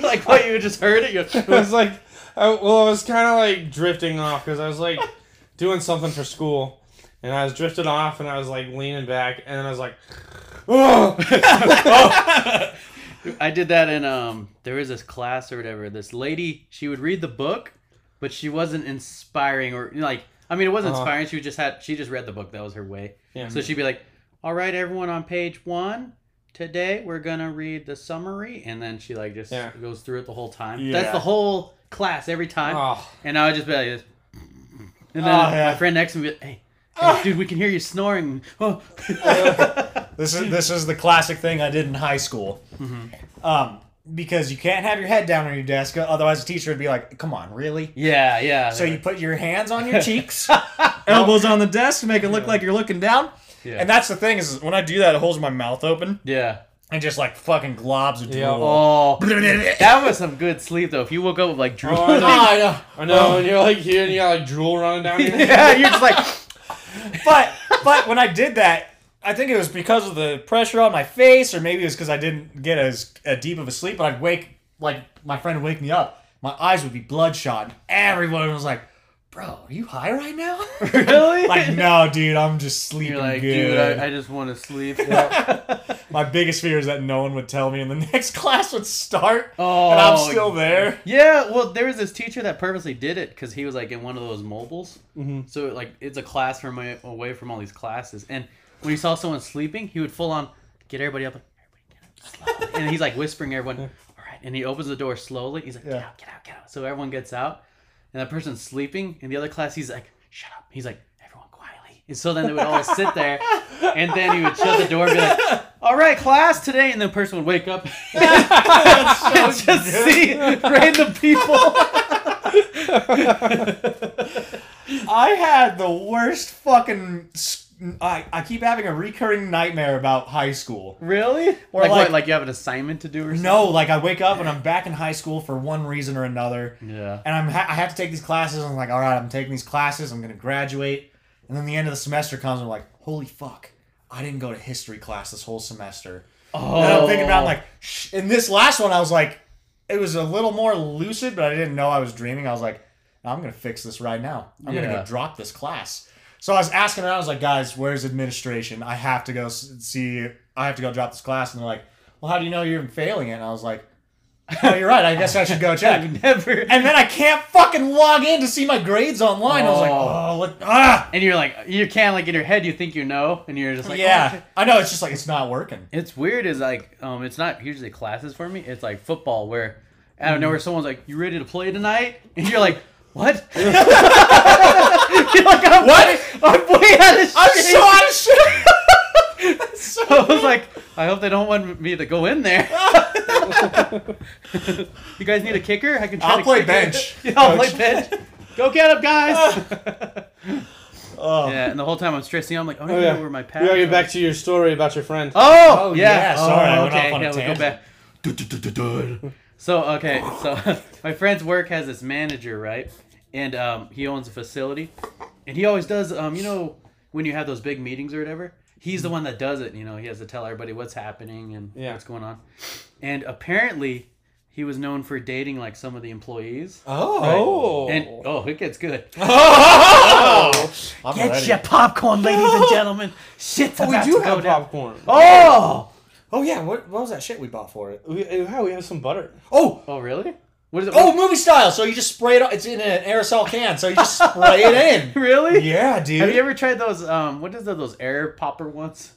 like what you just heard it,
it
<laughs>
was like, I, well, I was kind of like drifting off because I was like doing something for school, and I was drifted off, and I was like leaning back, and then I was like, <laughs> oh,
Oh.
I did that in um there was this class or whatever. This lady, she would read the book, but she wasn't inspiring or you know, like I mean, it wasn't
Uh-huh.
inspiring. She just had she just read the book. That was her way.
Yeah.
So she'd be like, "All right, everyone, on page one." Today we're gonna read the summary, and then she like just
Yeah.
goes through it the whole time.
Yeah. Uh-huh.
That's the whole class every time.
Oh,
And I would just be like this. And then
Oh, yeah. Ah.
my friend next to me, would be like, hey, hey, dude, we can hear you
<laughs>
snoring. <laughs> Oh.
This is this is the classic thing I did in high school.
Mm-hmm.
Um, because you can't have your head down on your desk, otherwise the teacher would be like, "Come on, really?"
yeah, yeah.
So you put your hands on <laughs> your cheeks, elbows on the desk, to make it look like you're looking down.
yeah.
And that's the thing is, when I do that, it holds my mouth open
yeah.
and just like fucking globs of
Yeah.
<laughs> drool.
Oh, <laughs> that was some good sleep though. If you woke up with like drool,
Oh,
Ah, I know.
I know. and you're like here, and you got like drool running down
<laughs>
your.
yeah, you're just
<laughs>
like,
but but when I did that, I think it was because of the pressure on my face, or maybe it was because I didn't get as a deep of a sleep. But I'd wake like my friend would wake me up. My eyes would be bloodshot. And everyone was like, "Bro, are you high right now?" <laughs>
really?
like, no, dude, I'm just sleeping
you're like,
good.
dude, I, I just want to sleep.
my biggest fear is that no one would tell me, and the <laughs> next class would start,
Oh,
and I'm still there.
Yeah, well, there was this teacher that purposely did it because he was like in one of those mobiles.
Mhm.
So like, it's a class from a- away from all these classes. And when he saw someone sleeping, he would full on get everybody up. Everybody get up slowly. and he's like whispering to everyone, "All right." And he opens the door slowly. He's like, "Get
Yeah.
out, get out, get out." So everyone gets out, and that person's sleeping. In the other class, he's like, "Shut up." He's like, "Everyone quietly." And so then they would always sit there, and then he would shut the door and be like, "All right, class today." And the person would wake up. <laughs> I
<laughs> That's so
<laughs> just
good.
see random people.
I had the worst fucking. s- I, I keep having a recurring nightmare about high school.
really?
Or
like,
like-
what, like you have an assignment to do or something?
No, like I wake up and I'm back in high school for one reason or another, <laughs>
Yeah.
and I'm ha- I have to take these classes. And I'm like, all right, I'm taking these classes. I'm gonna graduate, and then the end of the semester comes. And I'm like, holy fuck, I didn't go to history class this whole semester.
Oh.
And I'm thinking about like, shh. In this last one, I was like, it was a little more lucid, but I didn't know I was dreaming. I was like, I'm gonna fix this right now. I'm gonna
Yeah.
go drop this class. So I was asking around. I was like, guys, where's administration? I have to go s- see. I have to go drop this class. And they're like, well, how do you know you're even failing it? And I was like, oh, you're right. I guess I should go
<laughs>
check.
I've never.
And then I can't fucking log in to see my grades online. I was like,
Oh.
oh, what? Ah,
And you're like, you can't like in your head, you think you know, and you're just like, oh,
yeah.
shit.
I know. It's just like it's not working.
It's weird. Is like, um, it's not usually classes for me. It's like football where I don't know where someone's like, you ready to play tonight? And you're <laughs> like, what? you're like, I'm
What?
Way, I'm way out of shape.
I'm so out of shape.
So <laughs> I was like, I hope they don't want me to go in <laughs> there. you guys need a kicker? I can. Try
<laughs> I'll
to
play
kick it.
bench,
yeah, I'll
coach.
play bench. Go get him, guys. <laughs>
Oh.
yeah, and the where time I'm stressing. I'm like, I don't
Oh,
even
yeah.
know where my
We
pad.
gotta get back to your story about your friend.
Oh,
Oh,
yeah.
yeah, sorry, I
oh,
went
okay.
off on a
yeah, we go
tangent.
back. So okay, so <laughs> my friend's work has this manager, right? And um, he owns a facility, and he always does. Um, you know, when you have those big meetings or whatever, he's the one that does it. You know, he has to tell everybody what's happening and
Yeah.
what's going on. And apparently, he was known for dating like some of the employees.
Oh.
And oh, it gets good.
Oh! <laughs> I'm
Get
ready.
your popcorn, ladies
<laughs>
and gentlemen. Shit's
Oh, we
about
do
to go
have
down.
popcorn.
Oh.
Oh yeah, what, what was that shit we bought for it?
We, yeah, we have some butter.
Oh,
Oh really? What is it?
oh, movie style. So you just spray it. on- It's in an aerosol can, so you just spray
<laughs> <laughs>
it
really?
in. Yeah, dude.
Have you ever tried those? Um, what is that? Those air popper ones?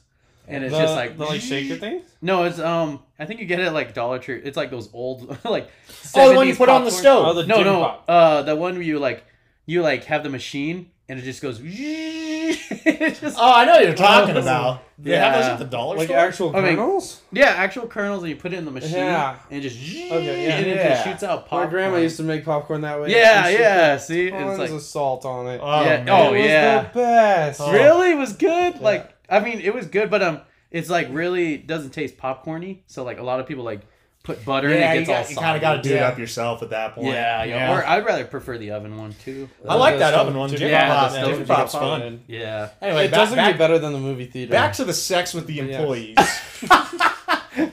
And it's
The-
just like,
the like shaker thing.
no, it's um, I think you get it at like Dollar Tree. It's like those old <laughs> like.
oh, the one you
70s
put on the
popcorn.
stove.
Oh, the
No,
Jiffy
no,
Pop.
uh, the one where you like, you like have the machine and it just goes. <laughs> It's just-
oh, I know what you're talking
Oh.
about. They have those
Yeah.
at the dollar
Like
store.
actual
I mean-
kernels.
yeah, actual kernels, and you put it in the machine,
Yeah.
and it just.
Okay,
<laughs>
yeah.
and it just
Yeah.
shoots out
My
popcorn.
grandma used to make popcorn that way.
Yeah,
and she
yeah. See,
put Tons
it's like
of salt on it.
oh,
yeah,
man.
oh,
it was
yeah.
the best.
Oh.
Really? It was good? Like I mean it was good, but um it's like really doesn't taste popcorny. So like a lot of people like put butter
yeah.
in
You,
it gets all
got, you kind
soggy.
of got to do it
Yeah.
up yourself at that point.
yeah, yeah, Or I'd rather prefer the oven one too.
I like that
Yeah,
oven one. Jiffy
yeah,
Pop's,
the
man.
stove
Jiffy
Jiffy
Pop's
Pop.
fun.
Yeah. <laughs>
Anyway,
It doesn't
back,
get
back,
better than the movie theater.
back to the sex with the employees.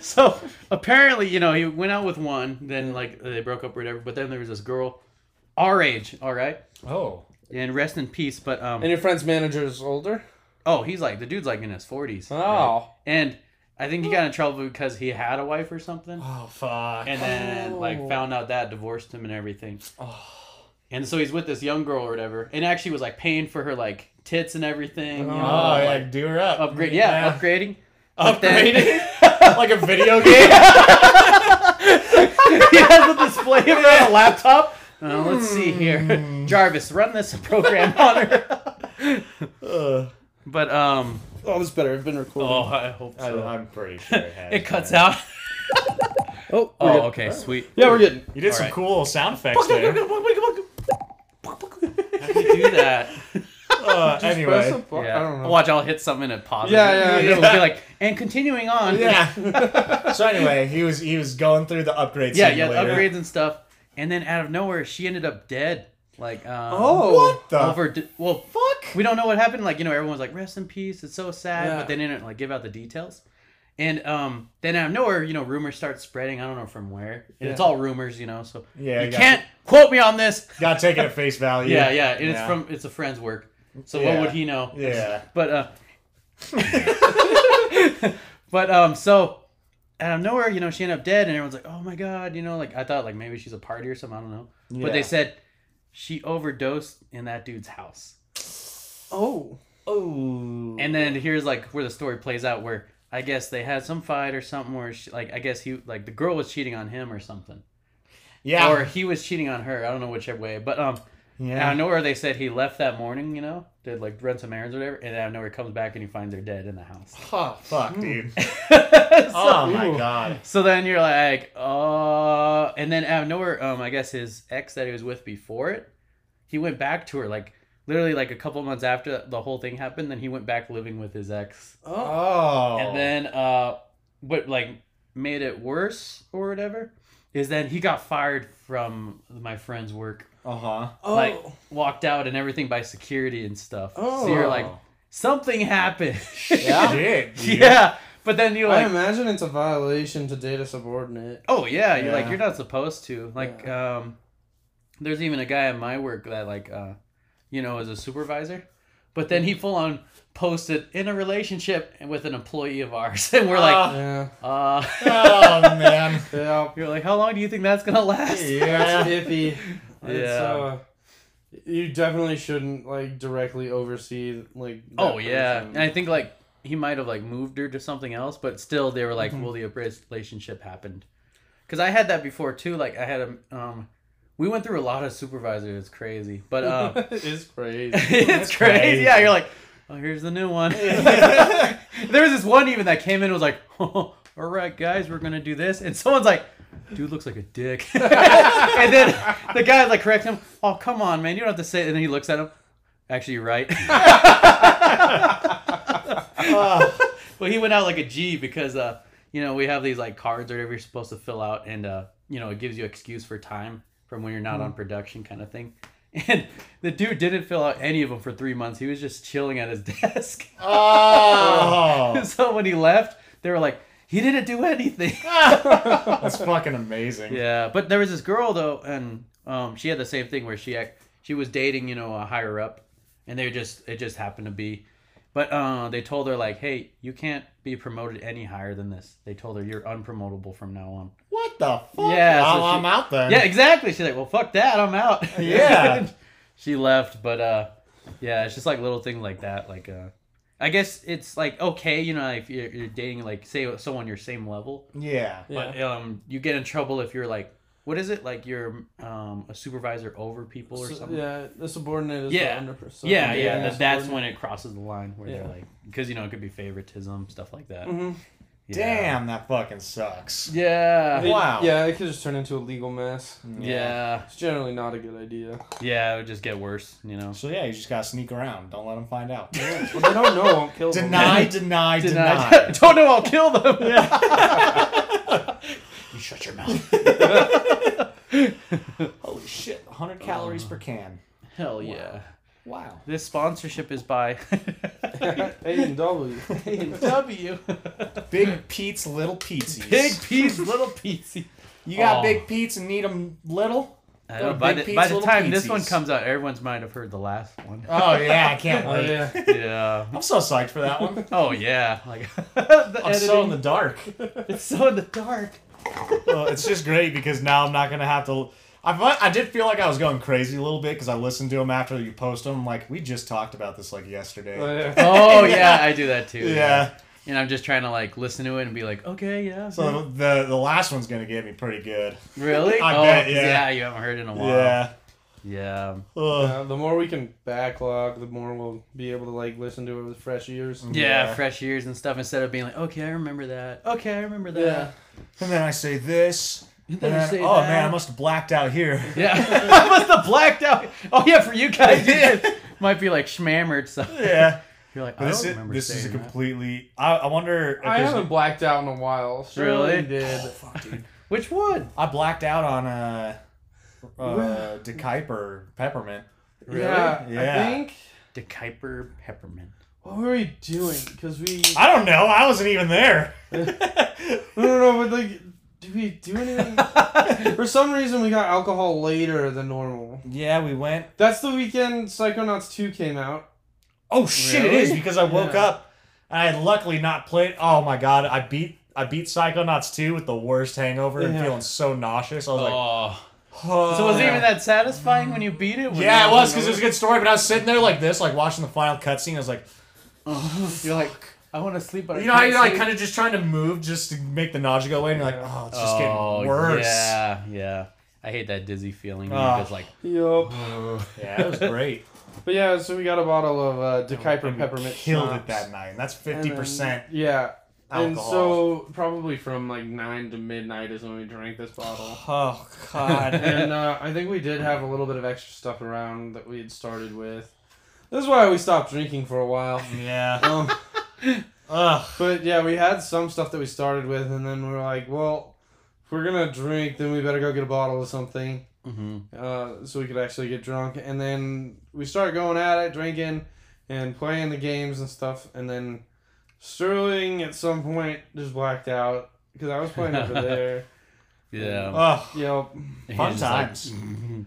So apparently, you know, he went out with one, then like they broke up or whatever, but then there was this girl our age, all right?
<laughs> oh.
And rest in peace, but um
and your friend's manager is older.
oh, he's like the dude's like in his 40s.
Oh,
And I think he got in trouble because he had a wife or something.
Oh fuck.
And then like
Oh.
found out that divorced him and everything. And so he's with this young girl or whatever, and actually was like paying for her like tits and everything. You know,
Oh,
Oh, yeah,
like,
do her up.
upgrade, Oh. yeah, upgrading. <laughs> But then- <laughs>
Upgrading? <laughs> like a video
he
game?
has a display of her on a laptop. Uh, let's see here, Jarvis, run this program on her. <laughs>
Ugh.
But um,
Oh, this better have been recorded.
oh, I hope
I,
so.
I'm pretty
<laughs>
sure it has.
It cuts
man.
out.
Oh, we're
Oh,
good.
okay, sweet.
Yeah, we're good.
You did some
Alright.
cool little <laughs> sound effects there.
How do you do <laughs> that?
Uh, anyway.
Yeah.
I don't know.
Watch, I'll hit something and pause. it.
Yeah, yeah,
It'll
yeah.
be like, and continuing on.
<laughs> Yeah. so anyway, he was he was going through the upgrade.
yeah, yeah,
simulator.
upgrades and stuff. And then out of nowhere, she ended up dead. Like, um,
<laughs> Oh.
What the
over. well,
fuck?
we don't know what happened. Like, you know, everyone's like, "Rest in peace." It's so sad,
Yeah.
but they didn't like give out the details. And um, then out of nowhere, you know, rumors start spreading. I don't know from where. And It's
Yeah.
all rumors, you know. So
Yeah,
you
got-
can't quote me on this.
Got taken at
<laughs>
face value.
Yeah, yeah. And
Yeah.
It's from it's a friend's work. So
Yeah.
what would he know?
Yeah.
But uh <laughs> But um so out of nowhere, you know, she ended up dead and everyone's like, Oh my god, you know, like I thought like maybe she's a party or something, I don't know. But
Yeah.
they said she overdosed in that dude's house.
Oh.
Oh.
And then here's like where the story plays out where I guess they had some fight or something where she, like I guess he like the girl was cheating on him or something.
yeah.
Or he was cheating on her. I don't know whichever way. But um and out
yeah.
of nowhere they said he left that morning, you know, to like run some errands or whatever, and out of nowhere comes back and he finds her dead in the
<laughs>
house. <laughs>
Huh.
Oh, Fuck, dude.
So-
Oh my
Ooh.
god.
So then you're like, uh, and then out of nowhere, um, I guess his ex that he was with before it, he went back to her like literally like a couple months after the whole thing happened. Then he went back living with his ex,
Oh.
Oh.
and then uh, what like made it worse or whatever is then he got fired from my friend's work, <laughs>
Uh huh.
Oh.
like walked out and everything by security and stuff.
Oh.
So you're like, something happened.
Yeah.
Shit, dude.
<laughs> yeah. But then you're
I
like,
imagine it's a violation to data subordinate.
Oh yeah, you're like
Yeah.
you're not supposed to. Like um there's even a guy at my work that like uh you know is a supervisor, but then he
Mm-hmm.
full on posted in a relationship with an employee of ours <laughs> and we're like
Yeah.
uh
<laughs> Oh man.
Yeah.
<laughs> you're like how long do you think that's going to
<laughs>
last?
That's
Yeah.
iffy.
<laughs>
It's,
Yeah.
uh, you definitely shouldn't like directly oversee like. that
<laughs> Oh yeah.
person. <laughs>
And I think like he might have like moved her to something else, but still they were like,
Mm-hmm.
"Well, the relationship happened." Cuz I had that before too. Like I had a um we went through a lot of supervisors, it's crazy.
<laughs>
But um
it is crazy.
<laughs> it's
That's
crazy.
crazy.
Yeah, you're like, oh, here's the new one. <laughs> there was this one even that came in and was like, <laughs> oh, all right, guys, we're gonna do this, and someone's like, dude looks like a dick, <laughs> and then the guy like corrects him, oh come on, man, you don't have to say, it. and then he looks at him. Actually, you're right. <laughs>
Oh,
well, he went out like a G because, uh, you know, we have these like cards or whatever you're supposed to fill out, and uh, you know, it gives you excuse for time from when you're not
Mm-hmm.
on production, kind of thing. <laughs> And the dude didn't fill out any of them for three months. He was just chilling at his <laughs> desk.
oh.
<laughs> so when he left, they were like, he didn't do anything.
<laughs> That's fucking amazing.
yeah, but there was this girl though, and um, she had the same thing where she ac- she was dating, you know, a higher up, and they just it just happened to be, but uh, they told her like, hey, you can't be promoted any higher than this. They told her you're unpromotable from now on.
What the fuck?
Yeah, so
Well, I'm
she-
out there.
Yeah, exactly. She's like, well, fuck that, I'm out.
Yeah.
<laughs> she left, but uh, yeah, it's just like little things like that. Like, uh, I guess it's like okay, you know, if you're, you're dating like say someone your same level,
Yeah.
Yeah.
But um, you get in trouble if you're like, what is it? Like you're um, a supervisor over people or
So-
something. Yeah,
yeah, the subordinate is
Yeah.
the under person.
yeah,
yeah,
that- that's when it crosses the line where
Yeah.
they're like, because you know it could be favoritism stuff like that.
hmm
Yeah.
Mm, Damn, that fucking sucks.
Yeah.
It-
Yeah.
Wow. Hmm.
Yeah, it could just turn into a legal mess.
Yeah.
It's generally not a good idea.
Yeah. It would just get worse. You know.
So yeah, you just gotta sneak around. Don't let them find out.
<laughs>
<laughs>
<laughs> Well, they don't know won't kill them. <laughs>
deny, deny,
Denied. <laughs>
deny.
Don't know. I'll kill them.
you shut
<laughs>
your mouth. Holy shit! 100 calories per can.
Hell yeah.
Wow.
This sponsorship is
<laughs>
by <laughs>
A and <laughs> W.
<laughs>
W.
Big Pete's little Pete's.
Big Oh. piece, little piecey.
You got
Aw.
big Pete's and need 'em
<laughs>
little.
I don't know,
Big
by, the,
Pete's
by the
Little
time this
Peetsies.
one comes out, everyone's might have heard the last one.
Uh,
Oh yeah, I can't
Oh,
wait.
yeah.
<laughs> yeah.
I'm so psyched for that one.
Oh yeah, like <laughs> the
I'm so in the
editing.
dark.
it's so in the dark.
well, it's just great because now I'm not gonna have to I fu- I did feel like I was going crazy a little bit because I listened to him after you post them. I'm like, we just talked about this like yesterday.
Uh,
<laughs>
Oh <laughs> yeah, I do that too.
yeah.
And I'm just trying to like listen to it and be like, okay, yeah.
So the the last one's gonna get me pretty good.
really?
I
oh,
bet, yeah.
you haven't heard in a while.
Yeah.
Yeah.
Ugh.
Uh, the more we can backlog, the more we'll be able to like listen to it with fresh ears.
Yeah,
Yeah.
fresh ears and stuff instead of being like, okay, I remember that. Okay, I remember
Yeah.
that.
And then I say this.
And
and
then you
then-
say
oh
that.
man,
<laughs>
I must have blacked out here. <laughs>
Yeah. I must have blacked out. Oh, yeah, for you
<laughs>
guys. it Might be like shmammered something.
yeah.
You're like, I
This
don't
is,
remember
this is a
saying that.
completely. I, I wonder. If
I
there's-
haven't blacked out in a while. Surely
Really?
did.
Oh, fuck, dude.
Which one?
I blacked out on uh, uh, De Kuyper peppermint.
Really?
Yeah,
Yeah.
I think.
De Kuiper Peppermint.
What were we doing? Because
<laughs>
we. I
I don't know. I wasn't even there.
<laughs>
<laughs>
don't know. But like, did we do anything? For some reason, we got alcohol later than normal.
<laughs> yeah, we went.
That's the weekend Psychonauts two came out.
Oh shit! It is
Really?
because I woke
Yeah.
up. And I had luckily not played. Oh my god! I beat I beat Psychonauts two with the worst hangover and
Yeah.
feeling so nauseous. I was like,
Oh.
oh.
So was it even that satisfying when you beat it? When
Yeah,
you
it was
were-
because it was a good story. But I was sitting there like this, like watching the final cutscene. I was like,
<laughs> You're like, I want to sleep, but I
you know, how
can't
you're like
sleep."
kind of just trying to move just to make the nausea go away, and you're like, oh, it's just
Oh,
getting worse.
Yeah, yeah. I hate that dizzy feeling.
Ah.
It's like,
Yup.
Yeah, it was great.
But yeah, so we got a bottle of uh, De Kuyper
And we
peppermint.
killed
schnapps.
it that night. And that's
And then-
fifty percent
Yeah.
alcohol.
And so probably from like nine to midnight is when we drank
<laughs>
this bottle.
oh
<laughs>
god.
and uh, I think we did have a little bit of extra stuff around that we had started with. This is why we stopped drinking for a
<laughs>
while.
yeah.
Um,
Ugh.
but yeah, we had some stuff that we started with, and then we were like, well, if we're gonna drink, then we better go get a bottle of something
mm-hmm.
uh, so we could actually get drunk. And then we started going at it, drinking and playing the games and stuff. And then Sterling at some point just blacked out because I was
<laughs>
playing over there.
yeah.
Ugh.
You know,
You're
Oh, Fun
just like,
times.
"Mhm."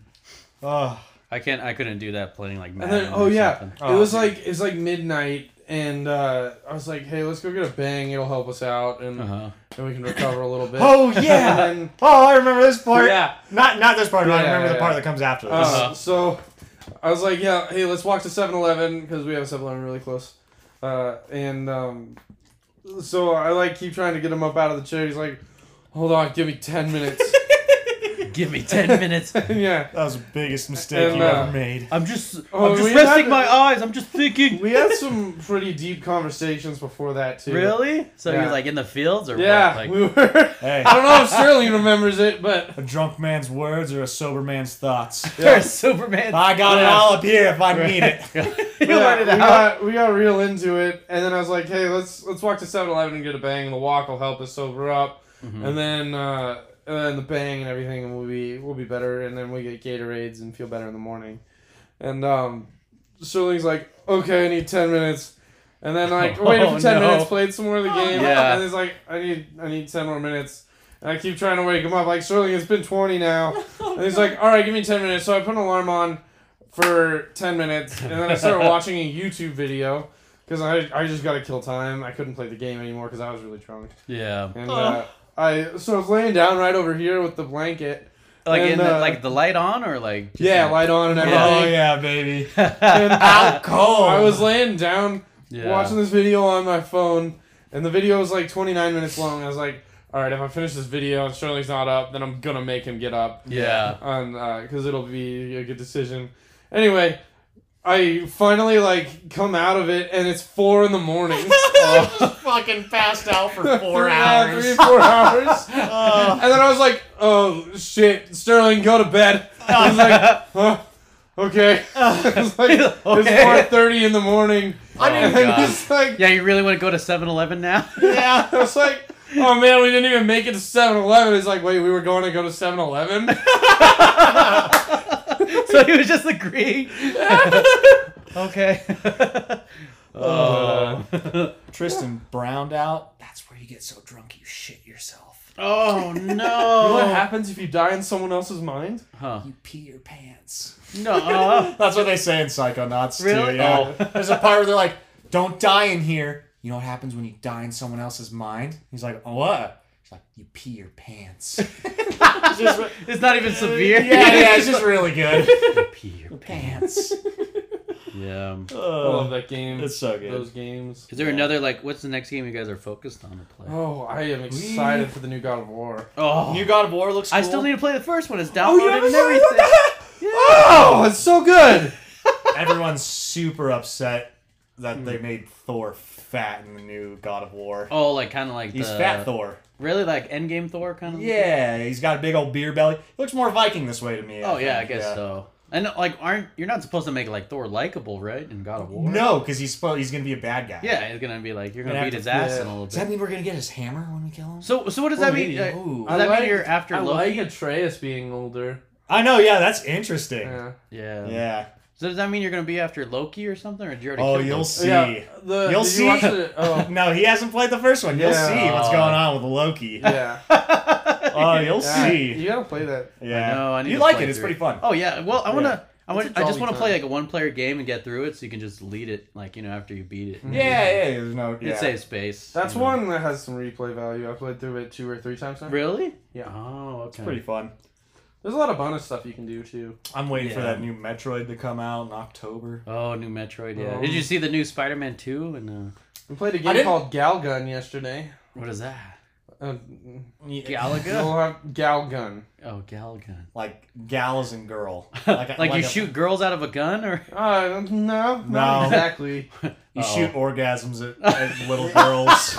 Ugh.
I can't. I couldn't do that playing like.
And then,
Madden
oh
or
yeah,
something.
Oh,
it was
dude.
like it's like midnight, and uh, I was like, hey, let's go get a bang. It'll help us out, and
Uh-huh.
and we can recover a little bit.
<laughs> Oh yeah.
And then-
oh, I remember this part.
yeah.
Not not this part. but I
Yeah,
remember
yeah,
the part
yeah.
that comes after this.
Uh, so I was like, yeah, hey, let's walk to 7-Eleven because we have 7-Eleven really close. Uh, and um, so I like keep trying to get him up out of the chair. He's like, hold on, give me ten minutes. <laughs>
Give me ten minutes.
yeah.
that was the biggest mistake
and,
you
uh,
ever made.
I'm just.
Oh,
I'm just
we had
resting
to-
my eyes. I'm just thinking. <laughs>
We had some pretty deep conversations before that too.
Really? So
Yeah.
you're like in the fields or
Yeah,
What? Like,
we were. <laughs>
Hey,
I don't know if Sterling remembers it,
<laughs>
but
a drunk man's words or a sober man's <laughs> thoughts.
there's Superman.
I got it
Yeah.
all up here if I need it.
<laughs> you
Yeah,
learned it
we,
out.
Got, we got real into it, and then I was like, "Hey, let's let's walk to 7-Eleven and get a bang. The walk will help us sober up,
Mm-hmm.
and then uh, and then the bang and everything, and we'll be we'll be better. And then we get Gatorades and feel better in the morning." And um, Sterling's like, "Okay, I need ten minutes." And then
<laughs>
like
Oh,
waited for ten
no.
minutes, played some more
<laughs>
of the game,
Yeah.
and he's like, "I need I need ten more minutes." And I keep trying to wake him up, like Sterling, it's been twenty
<laughs>
now.
Oh,
And he's like, all right, give me 10 minutes. So I put an alarm on for 10 minutes, and then
<laughs>
I started watching a YouTube video because I, I just got to kill time. I couldn't play the game anymore because I was really drunk.
Yeah.
And uh, I so I was laying down right over here with the blanket.
Like
And,
in the,
uh,
like the light on or like. just-
Yeah, light on and
Oh <laughs>
everything.
yeah, <laughs> baby.
And
Out cold.
I was laying down
Yeah.
watching this video on my phone, and the video was like 29 minutes long. I was like, all right, if I finish this video and Sterling's not up, then I'm going to make him get up.
Yeah.
on because it'll be a good decision. Anyway, I finally like come out of it, and it's four in the morning.
I
Oh.
<laughs>
just fucking passed out <laughs> for <laughs> four
Yeah,
hours.
<laughs> three, four hours.
<laughs> Oh.
And then I was like, "Oh shit, Sterling, go to
<laughs>
bed." I was <laughs> like, huh, "Okay." <laughs> I was like,
Okay.
It's four thirty in the morning.
I
and
Oh,
didn't.
then
God.
it's like, <laughs>
Yeah, you really want to go to 7-Eleven now?
Yeah.
I was like, "Oh man, we didn't even make it to 7-Eleven. It's like, "Wait, we were going to go to 7-Eleven?
so he was just
<laughs>
agreeing. okay.
Oh.
oh.
Tristan browned out. That's where you get so drunk you shit yourself.
Oh
You know what
no.
happens if you die in someone else's mind?
Huh.
You pee your pants.
No.
That's what they say in Psychonauts
Really?
too. Yeah.
Oh.
<laughs> There's a part where they're like, "Don't die in here." You know what happens when you die in someone else's mind? He's like, "Oh, "What?" It's like you pee your pants.
<laughs>
<laughs>
It's, just- <laughs> it's not even
<laughs>
severe.
yeah, yeah, it's just really
<laughs>
good.
You pee your
pants.
pants. Yeah.
I love that game.
It's so good.
Those games.
Is there another like? What's the next game you guys are focused on to play?
Oh, I am excited for the new God of War.
Oh,
New God of War looks. Cool.
I still need to play the first one. It's
Oh, you
downloaded
haven't
and
started? What
everything.
the heck? Oh, it's so good.
Everyone's super upset that
Hmm.
they made Thor fat in the new God of War.
Oh, like kind of like
He's
the <laughs>
fat Thor.
Really, like Endgame Thor kind of.
Yeah, he's got a big old beer belly. He looks more Viking this way to me.
Oh yeah, I
think,
guess so. And like, aren't you're not supposed to make like Thor likable, right? In God of War.
No, because he's spo- he's gonna be a bad guy.
Yeah, it's gonna be like you're
Gonna
gonna
have
beat
to-
his ass
yeah.
in a little
Does that
bit.
mean we're gonna get his hammer when we kill him?
So, so what does
Oh,
that mean?
maybe.
Like,
Ooh.
does that
I
mean you're
like-
after
I
Loki?
like Atreus being older.
I know. Yeah, that's interesting. Yeah.
Yeah.
yeah. So does that mean you're gonna be after Loki or something, or did you already?
Oh,
kill
you'll
him? <laughs>
see.
Yeah, the,
You'll
did
see.
You watch the,
<laughs>
oh,
No, he hasn't played the first one. You'll
Yeah.
see what's
Oh.
going on
<laughs>
with Loki.
yeah.
Oh, you'll
yeah.
see.
You gotta play that.
Yeah.
I know, I need
you
to
like
play
it? It's
through
pretty fun.
Mm-hmm.
Oh yeah. Well, I wanna.
Yeah.
I,
It's
want,
a
I just
jolly
want to
time.
play like a one player game and get through it so you can just delete it, like, you know, after you beat it.
Yeah, yeah. There's no.
It
Mm-hmm. Yeah.
saves space.
That's
you know.
one that has some replay value. I played through it two or three times now.
Really?
Yeah.
Oh, okay.
It's pretty fun.
There's a lot of bonus stuff you can do too.
I'm waiting for
Yeah.
that new Metroid to come out in October.
Oh, new Metroid, yeah.
Um,
Did you see the new Spider Man 2? And uh,
We played a
I
game
didn't-
called Gal Gun yesterday.
what is that?
Uh,
Galaga?
You'll have Gal Gun.
oh, Galgun.
<laughs> like gals and girl.
Like,
a-
you
a-
shoot girls out of a gun?
<laughs>
or
Uh, no,
No. <laughs>
not exactly.
You
Uh-oh.
shoot orgasms <laughs> at, at little girls.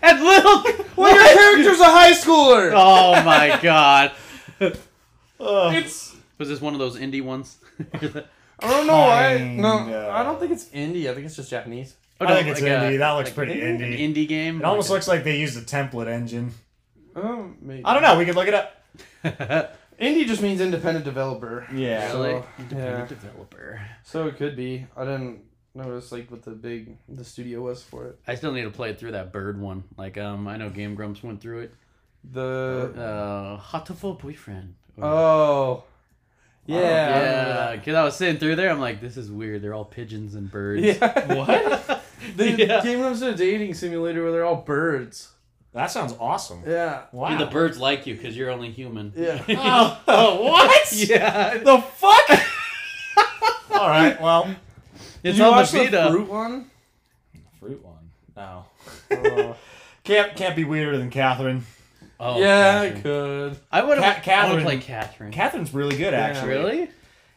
And <laughs> little.
well, your character's a high schooler.
oh, my God.
<laughs> Ugh.
It's
Was this one of those indie
<laughs>
ones? <laughs>
I don't know why.
Kinda.
No, I don't think it's indie. I think it's just Japanese.
Oh,
I
no,
think it's
like a-
indie. That looks
like
pretty
an
indie.
indie game?
It almost looks like they used a template engine.
Oh, maybe.
I don't know. We could look it up.
like.
Indie just means independent developer.
Yeah.
<laughs> really?
So, yeah.
Independent developer.
So it could be. I didn't notice like what the big the studio was for it.
I still need to play through that bird one. Like, um, I know Game Grumps went through it.
The
Uh, Hatoful Boyfriend.
oh, yeah, I remember
Yeah,
that.
because I was sitting through there, I'm like, this is weird. They're all pigeons and birds. <laughs>
Yeah.
What?
<laughs> They
Yeah.
Game Room's a dating simulator where they're all birds.
That sounds awesome.
Yeah.
Wow.
The birds like you because you're only human. <laughs>
Yeah.
Oh, <laughs> oh, what?
yeah.
The fuck? <laughs> All right. Well,
It's
you
on the
watch the,
Vita.
fruit one?
fruit one. No.
Oh.
Can't can't be weirder than Catherine.
oh,
yeah, I
Catherine.
could.
I would have.
Cat-
I want
Catherine.
to play Catherine.
Catherine's really good, actually.
Really?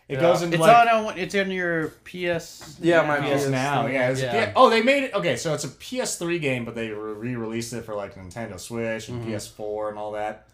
It
Yeah.
goes into
It's
like
on. A, it's on your PS.
Yeah, my
now.
PS
PS3.
Now, yeah, it's a
Yeah.
P- Oh, they made it. Okay, so it's a PS3 game, but they re-released it for like Nintendo Switch and
Mhm.
PS4 and all that.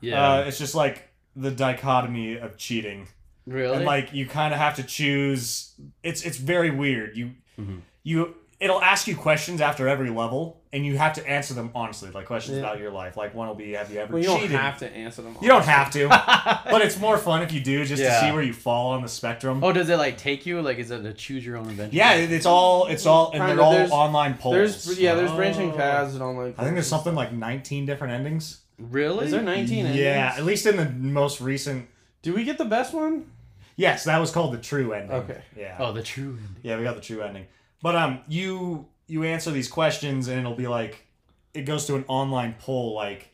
Yeah.
Uh, it's just like the dichotomy of cheating,
really?
and like you kind of have to choose. It's it's very weird. You
Mhm.
you it'll ask you questions after every level, and you have to answer them honestly, like questions
Yeah.
about your life. Like one will be, have you ever
Well, you
cheated?
don't have to answer them. All.
You don't have
<laughs>
to, but it's more fun if you do, just
Yeah.
to see where you fall on the spectrum.
oh, does it like take you? Like, is it a choose your own adventure?
Yeah, it- it's all it's all and
Kinda,
they're all
there's-
online polls.
There's yeah, there's branching
Oh.
paths and all like.
I think there's something like 19 different endings.
Really?
Is there 19?
Yeah,
endings?
at least in the most recent.
Do we get the best one?
Yes, that was called the true ending.
Okay.
Yeah.
Oh, the true ending.
Yeah, we got the true ending. But um, you you answer these questions and it'll be like it goes to an online poll like,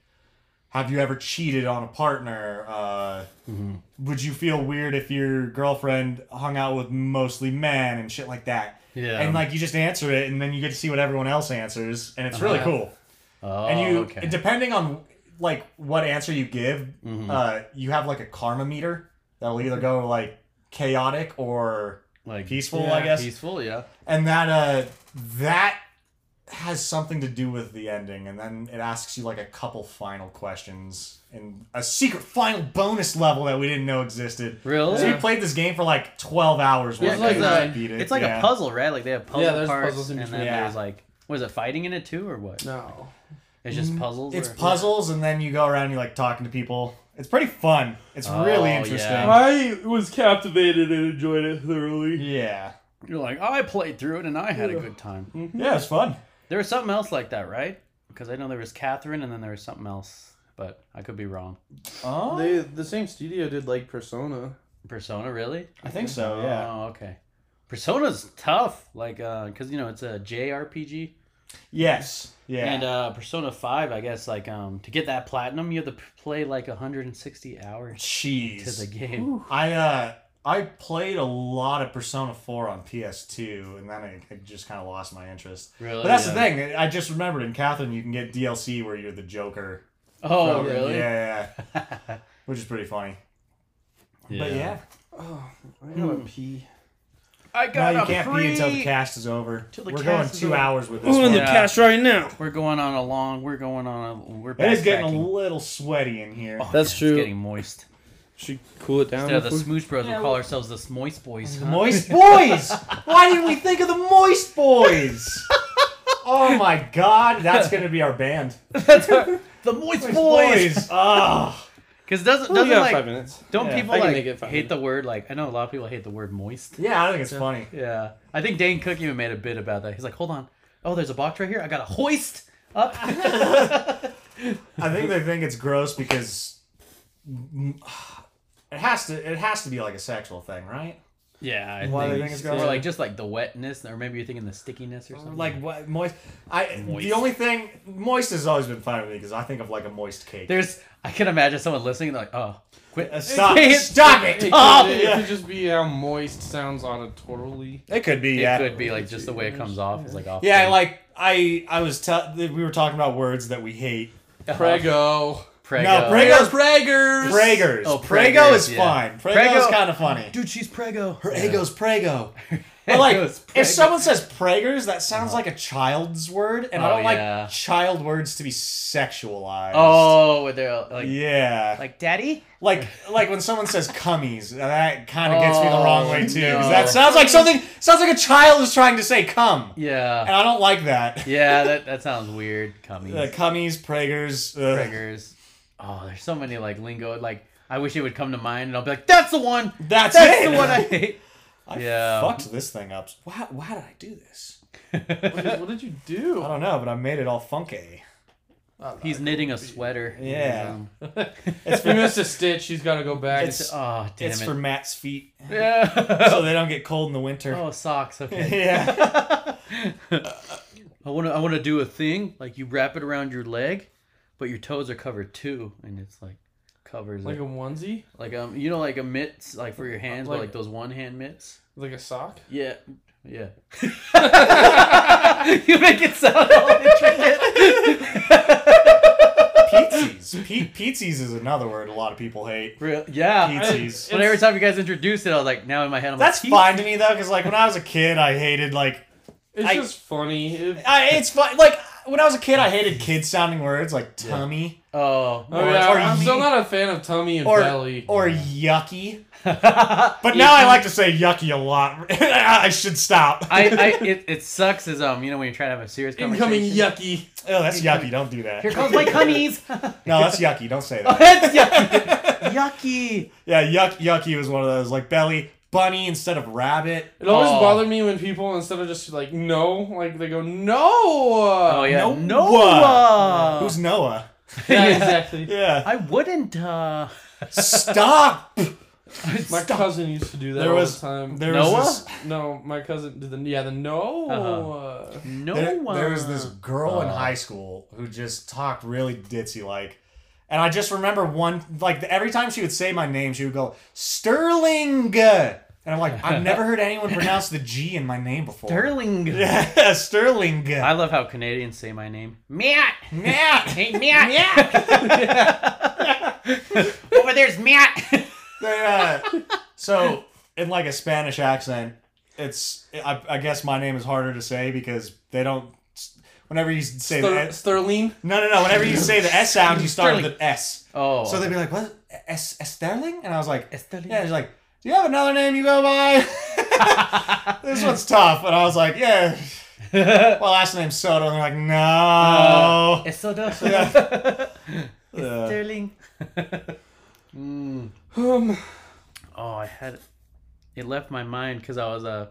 have you ever cheated on a partner? Uh,
Mhm.
would you feel weird if your girlfriend hung out with mostly men and shit like that?
Yeah.
And like you just answer it and then you get to see what everyone else answers and it's really
Uh-huh.
cool.
oh,
and you
okay.
depending on like what answer you give
Mhm.
uh you have like a karma meter that'll either go like chaotic or
like
peaceful
Yeah,
i guess
peaceful. Yeah.
and that uh that has something to do with the ending and then it asks you like a couple final questions and a secret final bonus level that we didn't know existed
Really?
so we
Yeah.
played this game for like 12 hours
Yeah, it's
once
like
we
a-
just beat it.
It's like
Yeah.
a puzzle, right? Like they have puzzle
Yeah, there's
parts,
puzzles in
and then
between.
Yeah.
there's like, was it fighting in it too, or what?
No.
It's just puzzles.
it's
or-
puzzles and then you go around and you like talking to people it's pretty fun it's really
Oh,
interesting
yeah.
I was captivated and enjoyed it thoroughly.
Yeah.
You're like, I played through it and I had a good time.
Yeah, it's fun.
There was something else like that, right? Because I know there was Catherine, and then there was something else, but I could be wrong.
Oh,
They the same studio did like Persona.
Persona, really?
I think so. Yeah.
Oh, okay. Persona's tough, like, uh, cause you know it's a JRPG.
Yes. Yeah.
And uh, Persona Five, I guess, like um, to get that platinum, you have to p- play like 160 hours
Jeez.
to the game.
I uh I played a lot of Persona 4 on PS2 and then I, I just kind of lost my interest.
Really?
But that's the
Oh, Yeah.
thing. I just remembered in Catherine you can get DLC where you're the Joker.
Oh,
from-
really? <laughs>
Yeah, yeah, yeah. Which is pretty funny. But yeah.
Oh, I gotta
Hmm.
pee.
I
No,
got
you can't pee until the cast is over.
Till the
We're going
cast is
two
over.
hours with this
Ooh, in
one.
the
Yeah.
cash right now.
We're going on a long. We're going on a. We're
It is getting a
backtracking.
little sweaty in here.
Oh,
That's
yeah,
true.
It's getting moist.
Should cool it down.
Instead of the
before-
Smooch Bros, we'll call ourselves the Smoist Boys.
The
huh?
Moist Boys! Why didn't we think of the
<laughs>
Moist Boys? oh my god, that's going to be our band.
The Moist
Ah.
Because doesn't
Oh, you
doesn't
got
like
five minutes.
don't
Yeah,
people
I can
like
make it five
hate the word like I know a lot of people hate the word moist.
Yeah, I think it's funny.
Yeah, I think Dane Cook even made a bit about that. He's like, hold on, oh, there's a box right here. I got a hoist
<laughs>
up.
I think they think it's gross because it has to it has to be like a sexual thing, right?
yeah, I
Why do you
think,
think it's
or
gross?
like just like the wetness, or maybe you're thinking the stickiness or something.
Like what moist I
Moist.
the only thing moist has always been fine with me because I think of like a moist cake.
there's, I can imagine someone listening they're like, oh, quit.
Uh,
<laughs>
stop
It can't-
stop it.
It,
<laughs> Oh,
could,
yeah.
it could just be how moist sounds auditorily.
It could be,
It
yeah.
could be like just the way it comes off is like off.
Yeah, like I I was tell we were talking about words that we hate.
Prego.
Prego.
No, Prego's <laughs>
Preggers.
Prager's.
Oh,
Prego is
Prager's, yeah.
fine. Prego's
Prego-
kind of funny.
Dude, she's Prego.
Her
<laughs>
ego's Prego. But like,
Ego's
if
Prego.
someone says Prager's, that sounds like a child's word, and I
Uh-huh. Oh,
don't
yeah.
like child words to be sexualized.
Oh, where they're like,
yeah. Like,
like daddy.
like, when someone says cummies, that kind of gets me the
Oh,
wrong way too, because that
no.
sounds like something sounds like a child is trying to say cum, and
Yeah,
I don't like that. <laughs>
yeah, that, that sounds weird. Cummies.
Uh, cummies, Prager's. Uh,
Triggers. Oh, there's so many like lingo. Like I wish it would come to mind, and I'll be like, "That's the one.
That's,
That's
it.
the
<laughs>
one I hate."
I
Yeah.
fucked this thing up. Why, why did I do this?
What did- what did you <laughs>
I
do?
don't know, but I made it all funky.
<laughs> He's
<laughs>
knitting a sweater.
Yeah.
Um,
It's
We
for,
missed a stitch. He's got to go back.
It's-
oh damn
it's
it.
for Matt's
<laughs>
feet,
yeah.
so they don't get cold in the winter.
oh socks. Okay. <laughs>
<laughs> yeah.
I want to. I want to do a thing like you wrap it around your leg, but your toes are covered too, and it's like covers
like
like
a onesie,
like um you know like a mitts like for your hands,
Like-
but like those one hand mitts.
like a sock.
Yeah. Yeah. <laughs> you make it sound all <laughs> intricate.
Pizzies. Pe- pizzies is another word a lot of people hate.
<laughs> Real, yeah. I-
Pizzies.
but every time you guys introduced it, I was like, now in my head, I'm
That's
like,
fine to me though, because like when I was a kid, I hated like
It's
I-
just funny. It-
I, it's fine. Like when I was a kid, I hated kid sounding words like tummy
fine. <laughs> Oh.
oh
Or-
yeah,
or
I'm
ye-
still not a fan of tummy and
or
belly.
or yucky.
I,
But now I like to say yucky a lot. <laughs> I should stop.
I, it, it sucks as um, you know, when you're trying to have a serious conversation.
incoming yucky.
<laughs> oh, that's yucky. Don't do that.
Here comes my <laughs> cummies.
No, that's yucky. Don't say that.
That's yucky. yucky.
Yeah, yuck yucky was one of those like belly bunny instead of rabbit.
It always
Oh.
bothered me when people instead of just like no, like they go no.
Oh yeah.
Noah.
Noah.
Who's Noah?
Yeah, exactly.
Yeah.
I wouldn't. uh
Stop.
My cousin used to do that
There
all
was
the time.
there
Noah?
was this,
no, my cousin did the yeah the no.
Uh-huh.
there,
Noah.
there was this girl
Oh.
in high school who just talked really ditzy like, and I just remember one like every time she would say my name she would go Sterling, and I'm
<laughs>
like I've never heard anyone pronounce the G in my name before.
Sterling.
<laughs> Yeah, Sterling.
I love how Canadians say my name. Matt.
Yeah.
Hey, Matt. <laughs> Over there's Matt.
They, uh, so in like a Spanish accent, it's I, I guess my name is harder to say because they don't. Whenever you say the
Ster-
S-
Sterling.
no no no, whenever you say the S sound, you start with an S.
Oh.
So they'd be like, "What S Sterling?" And I was like,
Sterling.
"Yeah." She's like, "Do you have another name you go by?" <laughs> this one's tough, and I was
<laughs>
like, "Yeah." My last name's Soto, and they're like, "No."
It's so dope. <laughs>
Uh,
Sterling.
Um,
Oh, I had it. It left my mind because I was uh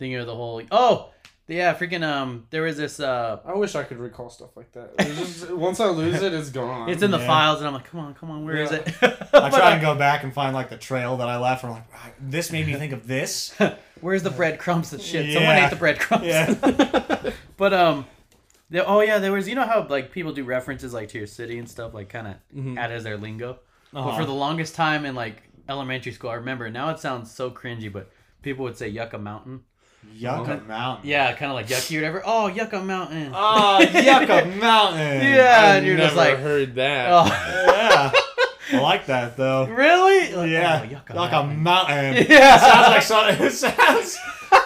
thinking of the whole. Oh, yeah, freaking um. There was this uh.
I wish I could recall stuff like that.
<laughs>
It's just- once I lose it, it's gone.
It's in the
Yeah.
files, and I'm like, come on, come on, where is
Yeah.
<laughs> it?
I
Uh, But
try
I-
and go back and find like the trail that I left. And I'm like, "Right, this made me think of this.
Where's the breadcrumbs and shit? Someone
Yeah.
ate the breadcrumbs.
Yeah.
<laughs> but um, There- oh yeah, there was. You know how like people do references like to your city and stuff, like kind of
Mm-hmm.
add as their lingo. <laughs> But
Uh-huh.
for the longest time in like elementary school, I remember. Now it sounds so cringy, but people would say Yucca Mountain.
Yucca Mountain.
Yeah, kind of like yucky or whatever. Oh, Yucca Mountain.
Ah,
<laughs>
Yucca Mountain.
Yeah.
I've
and you're just
never
like-
heard that.
Oh,
Yeah. I like that
<laughs>
though.
really? Like,
Yeah.
oh, Yucca.
Yucca
Mountain.
Mountain.
<laughs> Yeah.
sounds like something. <laughs> It sounds.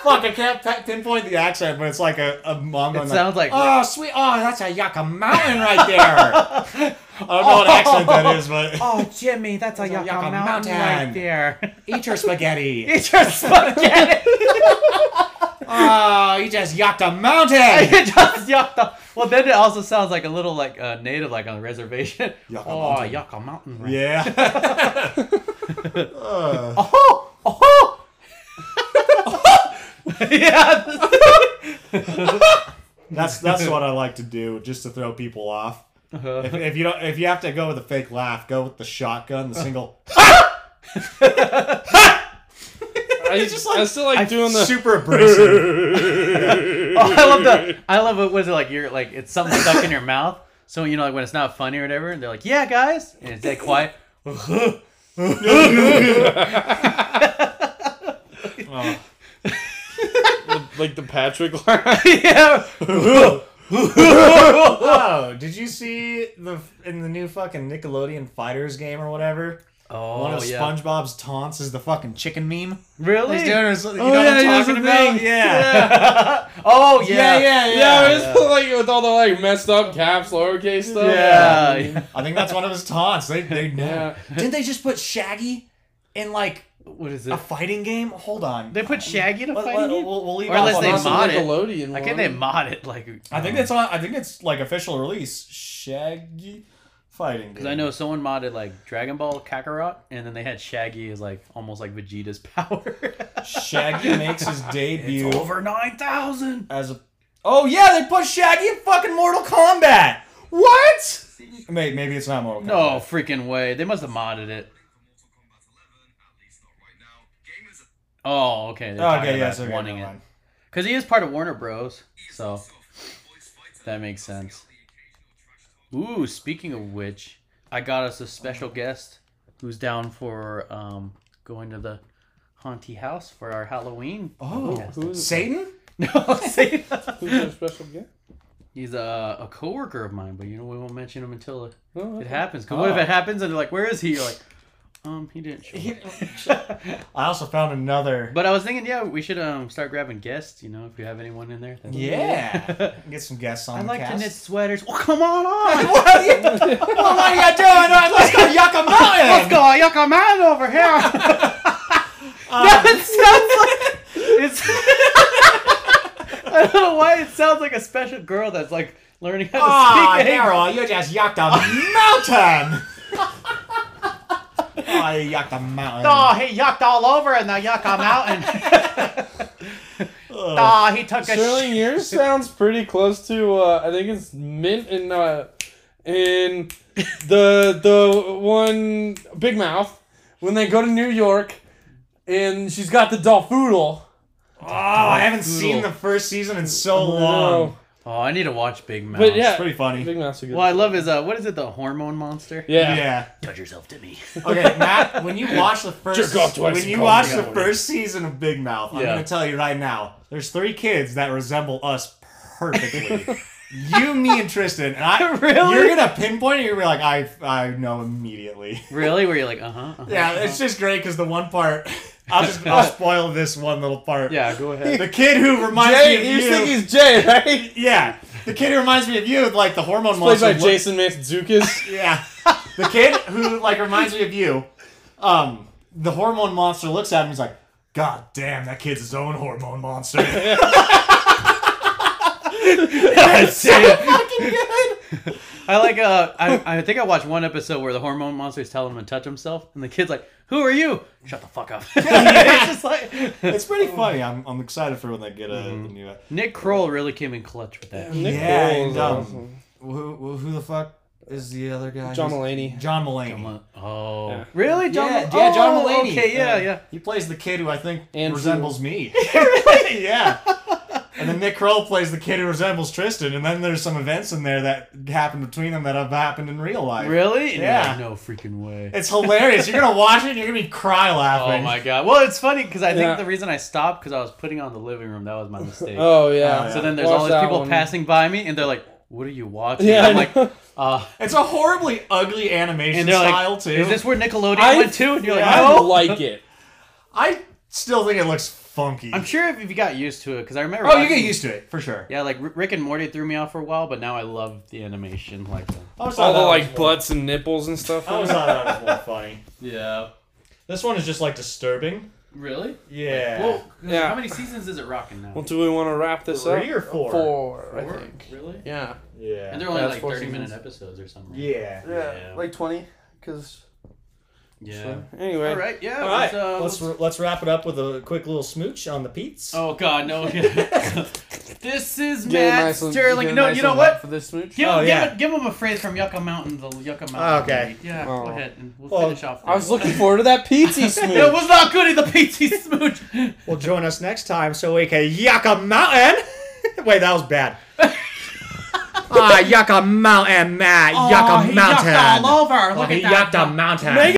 Fuck, I can't pa- pinpoint the accent, but it's like a, a mom.
It sounds like-
Oh, sweet. Oh, that's a Yucca Mountain right
<laughs>
there. I don't know what accent that is, but.
<laughs>
<laughs>
Oh, Jimmy, that's a Yucca,
Yucca
Mountain,
Mountain.
right
<laughs>
there. <laughs>
Eat your spaghetti.
It's your <laughs> spaghetti.
oh, you just Yucca
<laughs>
Mountain.
it just Yucca. Well, then it also sounds like a little like uh, native, like on a reservation.
<laughs> Yucca
oh,
Mountain.
Yucca Mountain. Right
Yeah. <laughs>
Oh, oh, oh. <laughs> yeah.
That's that's what I like to do, just to throw people off.
Uh-huh.
If, if you don't, if you have to go with a fake laugh, go with the shotgun, the
Uh-huh. <laughs>
single,
I, I still like doing the
<laughs>
super abrasive.
Oh, <laughs> I love the. I love it. Was it like you're like it's something stuck in your mouth? So you know, like when it's not funny or whatever, and they're like, "Yeah, guys," and it's dead quiet. <laughs>
Oh.
like the Patrick line. <laughs>
<laughs>
yeah.
Oh, did you see the in the new fucking Nickelodeon Fighters game or whatever?
Oh
One of
yeah.
SpongeBob's taunts is the fucking chicken meme.
really?
He's doing his- you know
Oh,
what
yeah,
I'm
he does
talking
the thing.
about? Yeah.
oh yeah.
Yeah, yeah, yeah.
Yeah, it's like with all the like messed up caps, lowercase stuff.
Yeah.
<laughs> I think that's one of his taunts. They they know. Didn't they just put Shaggy in like
What is
a
it?
fighting game? Hold on.
They put Shaggy in a
Let-
fighting
let-
game?
we'll, we'll leave
Or
off
unless
on
they
this one.
mod it.
Nickelodeon.
I can
one.
they mod it like?
I think that's on. I think it's like official release. Shaggy fighting game.
Because I know someone modded like Dragon Ball Kakarot, and then they had Shaggy as like almost like Vegeta's <laughs> power.
Shaggy makes
<laughs>
his debut
Over nine thousand.
as a. Oh yeah, they put Shaggy in fucking Mortal Kombat. What? May- Maybe it's not Mortal Kombat.
No freaking way! They must have modded it. Oh, okay. they're
Oh,
talking
okay.
about
Yes. Okay,
wanting
never
it
mind.
because he is part of Warner Bros. So that makes sense. Ooh, speaking of which, I got us a special guest who's down for um, going to the haunty house for our Halloween.
Oh,
Who's-
Satan.
<laughs> no, say
Who's our special guest?
<laughs> He's a, a coworker of mine, but you know we won't mention him until it,
Oh,
it
okay.
happens. Cause what if
Oh.
it happens and they're like, "Where is he?" You're like, um, he <laughs> didn't. Show up."
I also found another.
But I was thinking, yeah, we should um start grabbing guests. You know, if we have anyone in there. that'd be-
Yeah. Get some guests on
<laughs> I
the
like to
cast.
knit sweaters. Well, come <laughs> on on.
<laughs> what are you, what are you doing? All right, let's go
<laughs>
Yucca Mountain.
Let's go, Yucca Man over here. <laughs>
Um,
it sounds like it's. <laughs> I don't know why it sounds like a special girl that's like learning how to
Ah,
speak. English.
Daryl, you just yucked a
<laughs>
mountain. I yucked a mountain.
Oh, he yucked all over in the Yucca <laughs> Mountain.
Ugh.
oh, he took a
Sterling, yours sounds pretty close to. Uh, I think it's mint and uh, in the the one Big Mouth when they go to New York, and she's got the dollfoodle.
Oh, I haven't seen
Doodle.
the first season in so long.
Oh, I need to watch Big Mouth.
But yeah,
It's pretty funny.
Big Mouth's a good.
Well, I love his uh, what is it, the hormone monster?
yeah.
Yeah.
Touch yourself to me.
Okay, Matt, when you watch the first
Jerk off twice
when
and
you
call
watch
me
the
out.
first season of Big Mouth, I'm
Yeah.
gonna tell you right now, there's three kids that resemble us
<laughs>
perfectly. you, me, and Tristan, and I
Really?
you're gonna pinpoint it, you're gonna be like, I I know immediately.
<laughs>
<laughs>
Really? Where you're like, uh huh. Uh-huh,
Yeah,
uh-huh.
it's just great because the one part, I'll just I'll spoil this one little part.
yeah. Go ahead. <laughs>
<laughs> the kid who reminds
Jay, you
me of
think
you.
he's Jay, right?
Yeah, the kid who reminds me of you, with, like the hormone
Played
monster.
by
look-
Jason Mantzoukas. <laughs>
Yeah, <laughs> the kid who like reminds me of you. Um, the hormone monster looks at him. He's like, "God damn, that kid's his own hormone monster."
<laughs>
<laughs> it's so fucking good.
I like. Uh, I, I think I watched one episode where the hormone monster is telling him to touch himself, and the kid's like, "Who are you? Shut the fuck <laughs> up." it's just like <laughs>
It's
Oh.
pretty funny. I'm, I'm excited for when they get a the new. uh,
Nick Kroll really came in clutch with that.
Mm-hmm. Nick
Yeah,
Kroll
and,
is
um,
awesome.
Who, who who the fuck is the other guy?
John
Who's-
Mulaney.
John Mulaney.
Oh,
Yeah.
really, John?
yeah, yeah, John
oh,
Mulaney.
Okay, yeah,
Uh,
yeah.
<laughs>
<laughs> He plays the kid who I think
Andrew.
resembles me. yeah. And then Nick Kroll plays the kid who resembles Tristan, and then there's some events in there that happened between them that have happened in real life.
Really? And you're like,
Yeah.
no freaking way.
It's hilarious. You're gonna watch it, and you're gonna be cry
Oh
laughing.
my god. Well, it's funny because I think
Yeah.
the reason I stopped because I was putting on the living room. That was my mistake.
Oh
Oh,
yeah.
yeah.
So then there's
Watch
all these
that
people
one.
passing by me, and they're like, "What are you watching?"
Yeah,
I'm
I
like,
know.
<laughs> uh,
It's a horribly ugly animation
and they're
style
like,
too.
"Is this where Nickelodeon
I-
went to?" And you're like,
Yeah.
I
"No."
like <laughs> it.
I still think it looks funky.
I'm sure if you got used to it, because I remember.
oh, you get
watching-
used to it for sure.
Yeah, like R- Rick and Morty threw me off for a while, but now I love the animation. Like, the-
I always thought
All the
that was
like
more-
butts and nipples and stuff.
I always thought that was more funny.
yeah,
This one is just like disturbing.
really?
Yeah.
Yeah.
How many seasons is it rocking now?
Well, do we want to wrap this up?
three or four.
Four, I
Four?
think.
Really?
Yeah.
Yeah.
And they're only
That's
like
four
30 minute
seasons.
episodes or something. right?
yeah.
Yeah, Yeah. like
twenty. Cause
Yeah.
anyway.
All right. Yeah.
All right.
let's, uh,
let's let's wrap it up with a quick little smooch on the Pete's.
Oh God, no! <laughs> this is
Get a
Matt
nice little- get
Sterling.
a
No,
nice
you know
little
what?
lap for this smooch.
Give,
Oh,
him,
yeah.
give, him, give him a phrase from Yucca Mountain, the Yucca Mountain.
Oh, okay.
movie. Yeah,
Oh.
go ahead and we'll
Well,
finish off.
I was looking forward to that PT
<laughs>
smooch.
It was not good in the PT smooch.
Well, join us next time so we can Yucca Mountain. <laughs> Wait, that was bad. ah, Yucca Mountain, Matt.
Aw,
yucca
he
Mountain.
Yucked all over.
Oh,
Look
he
at that.
yucked a mountain.
Make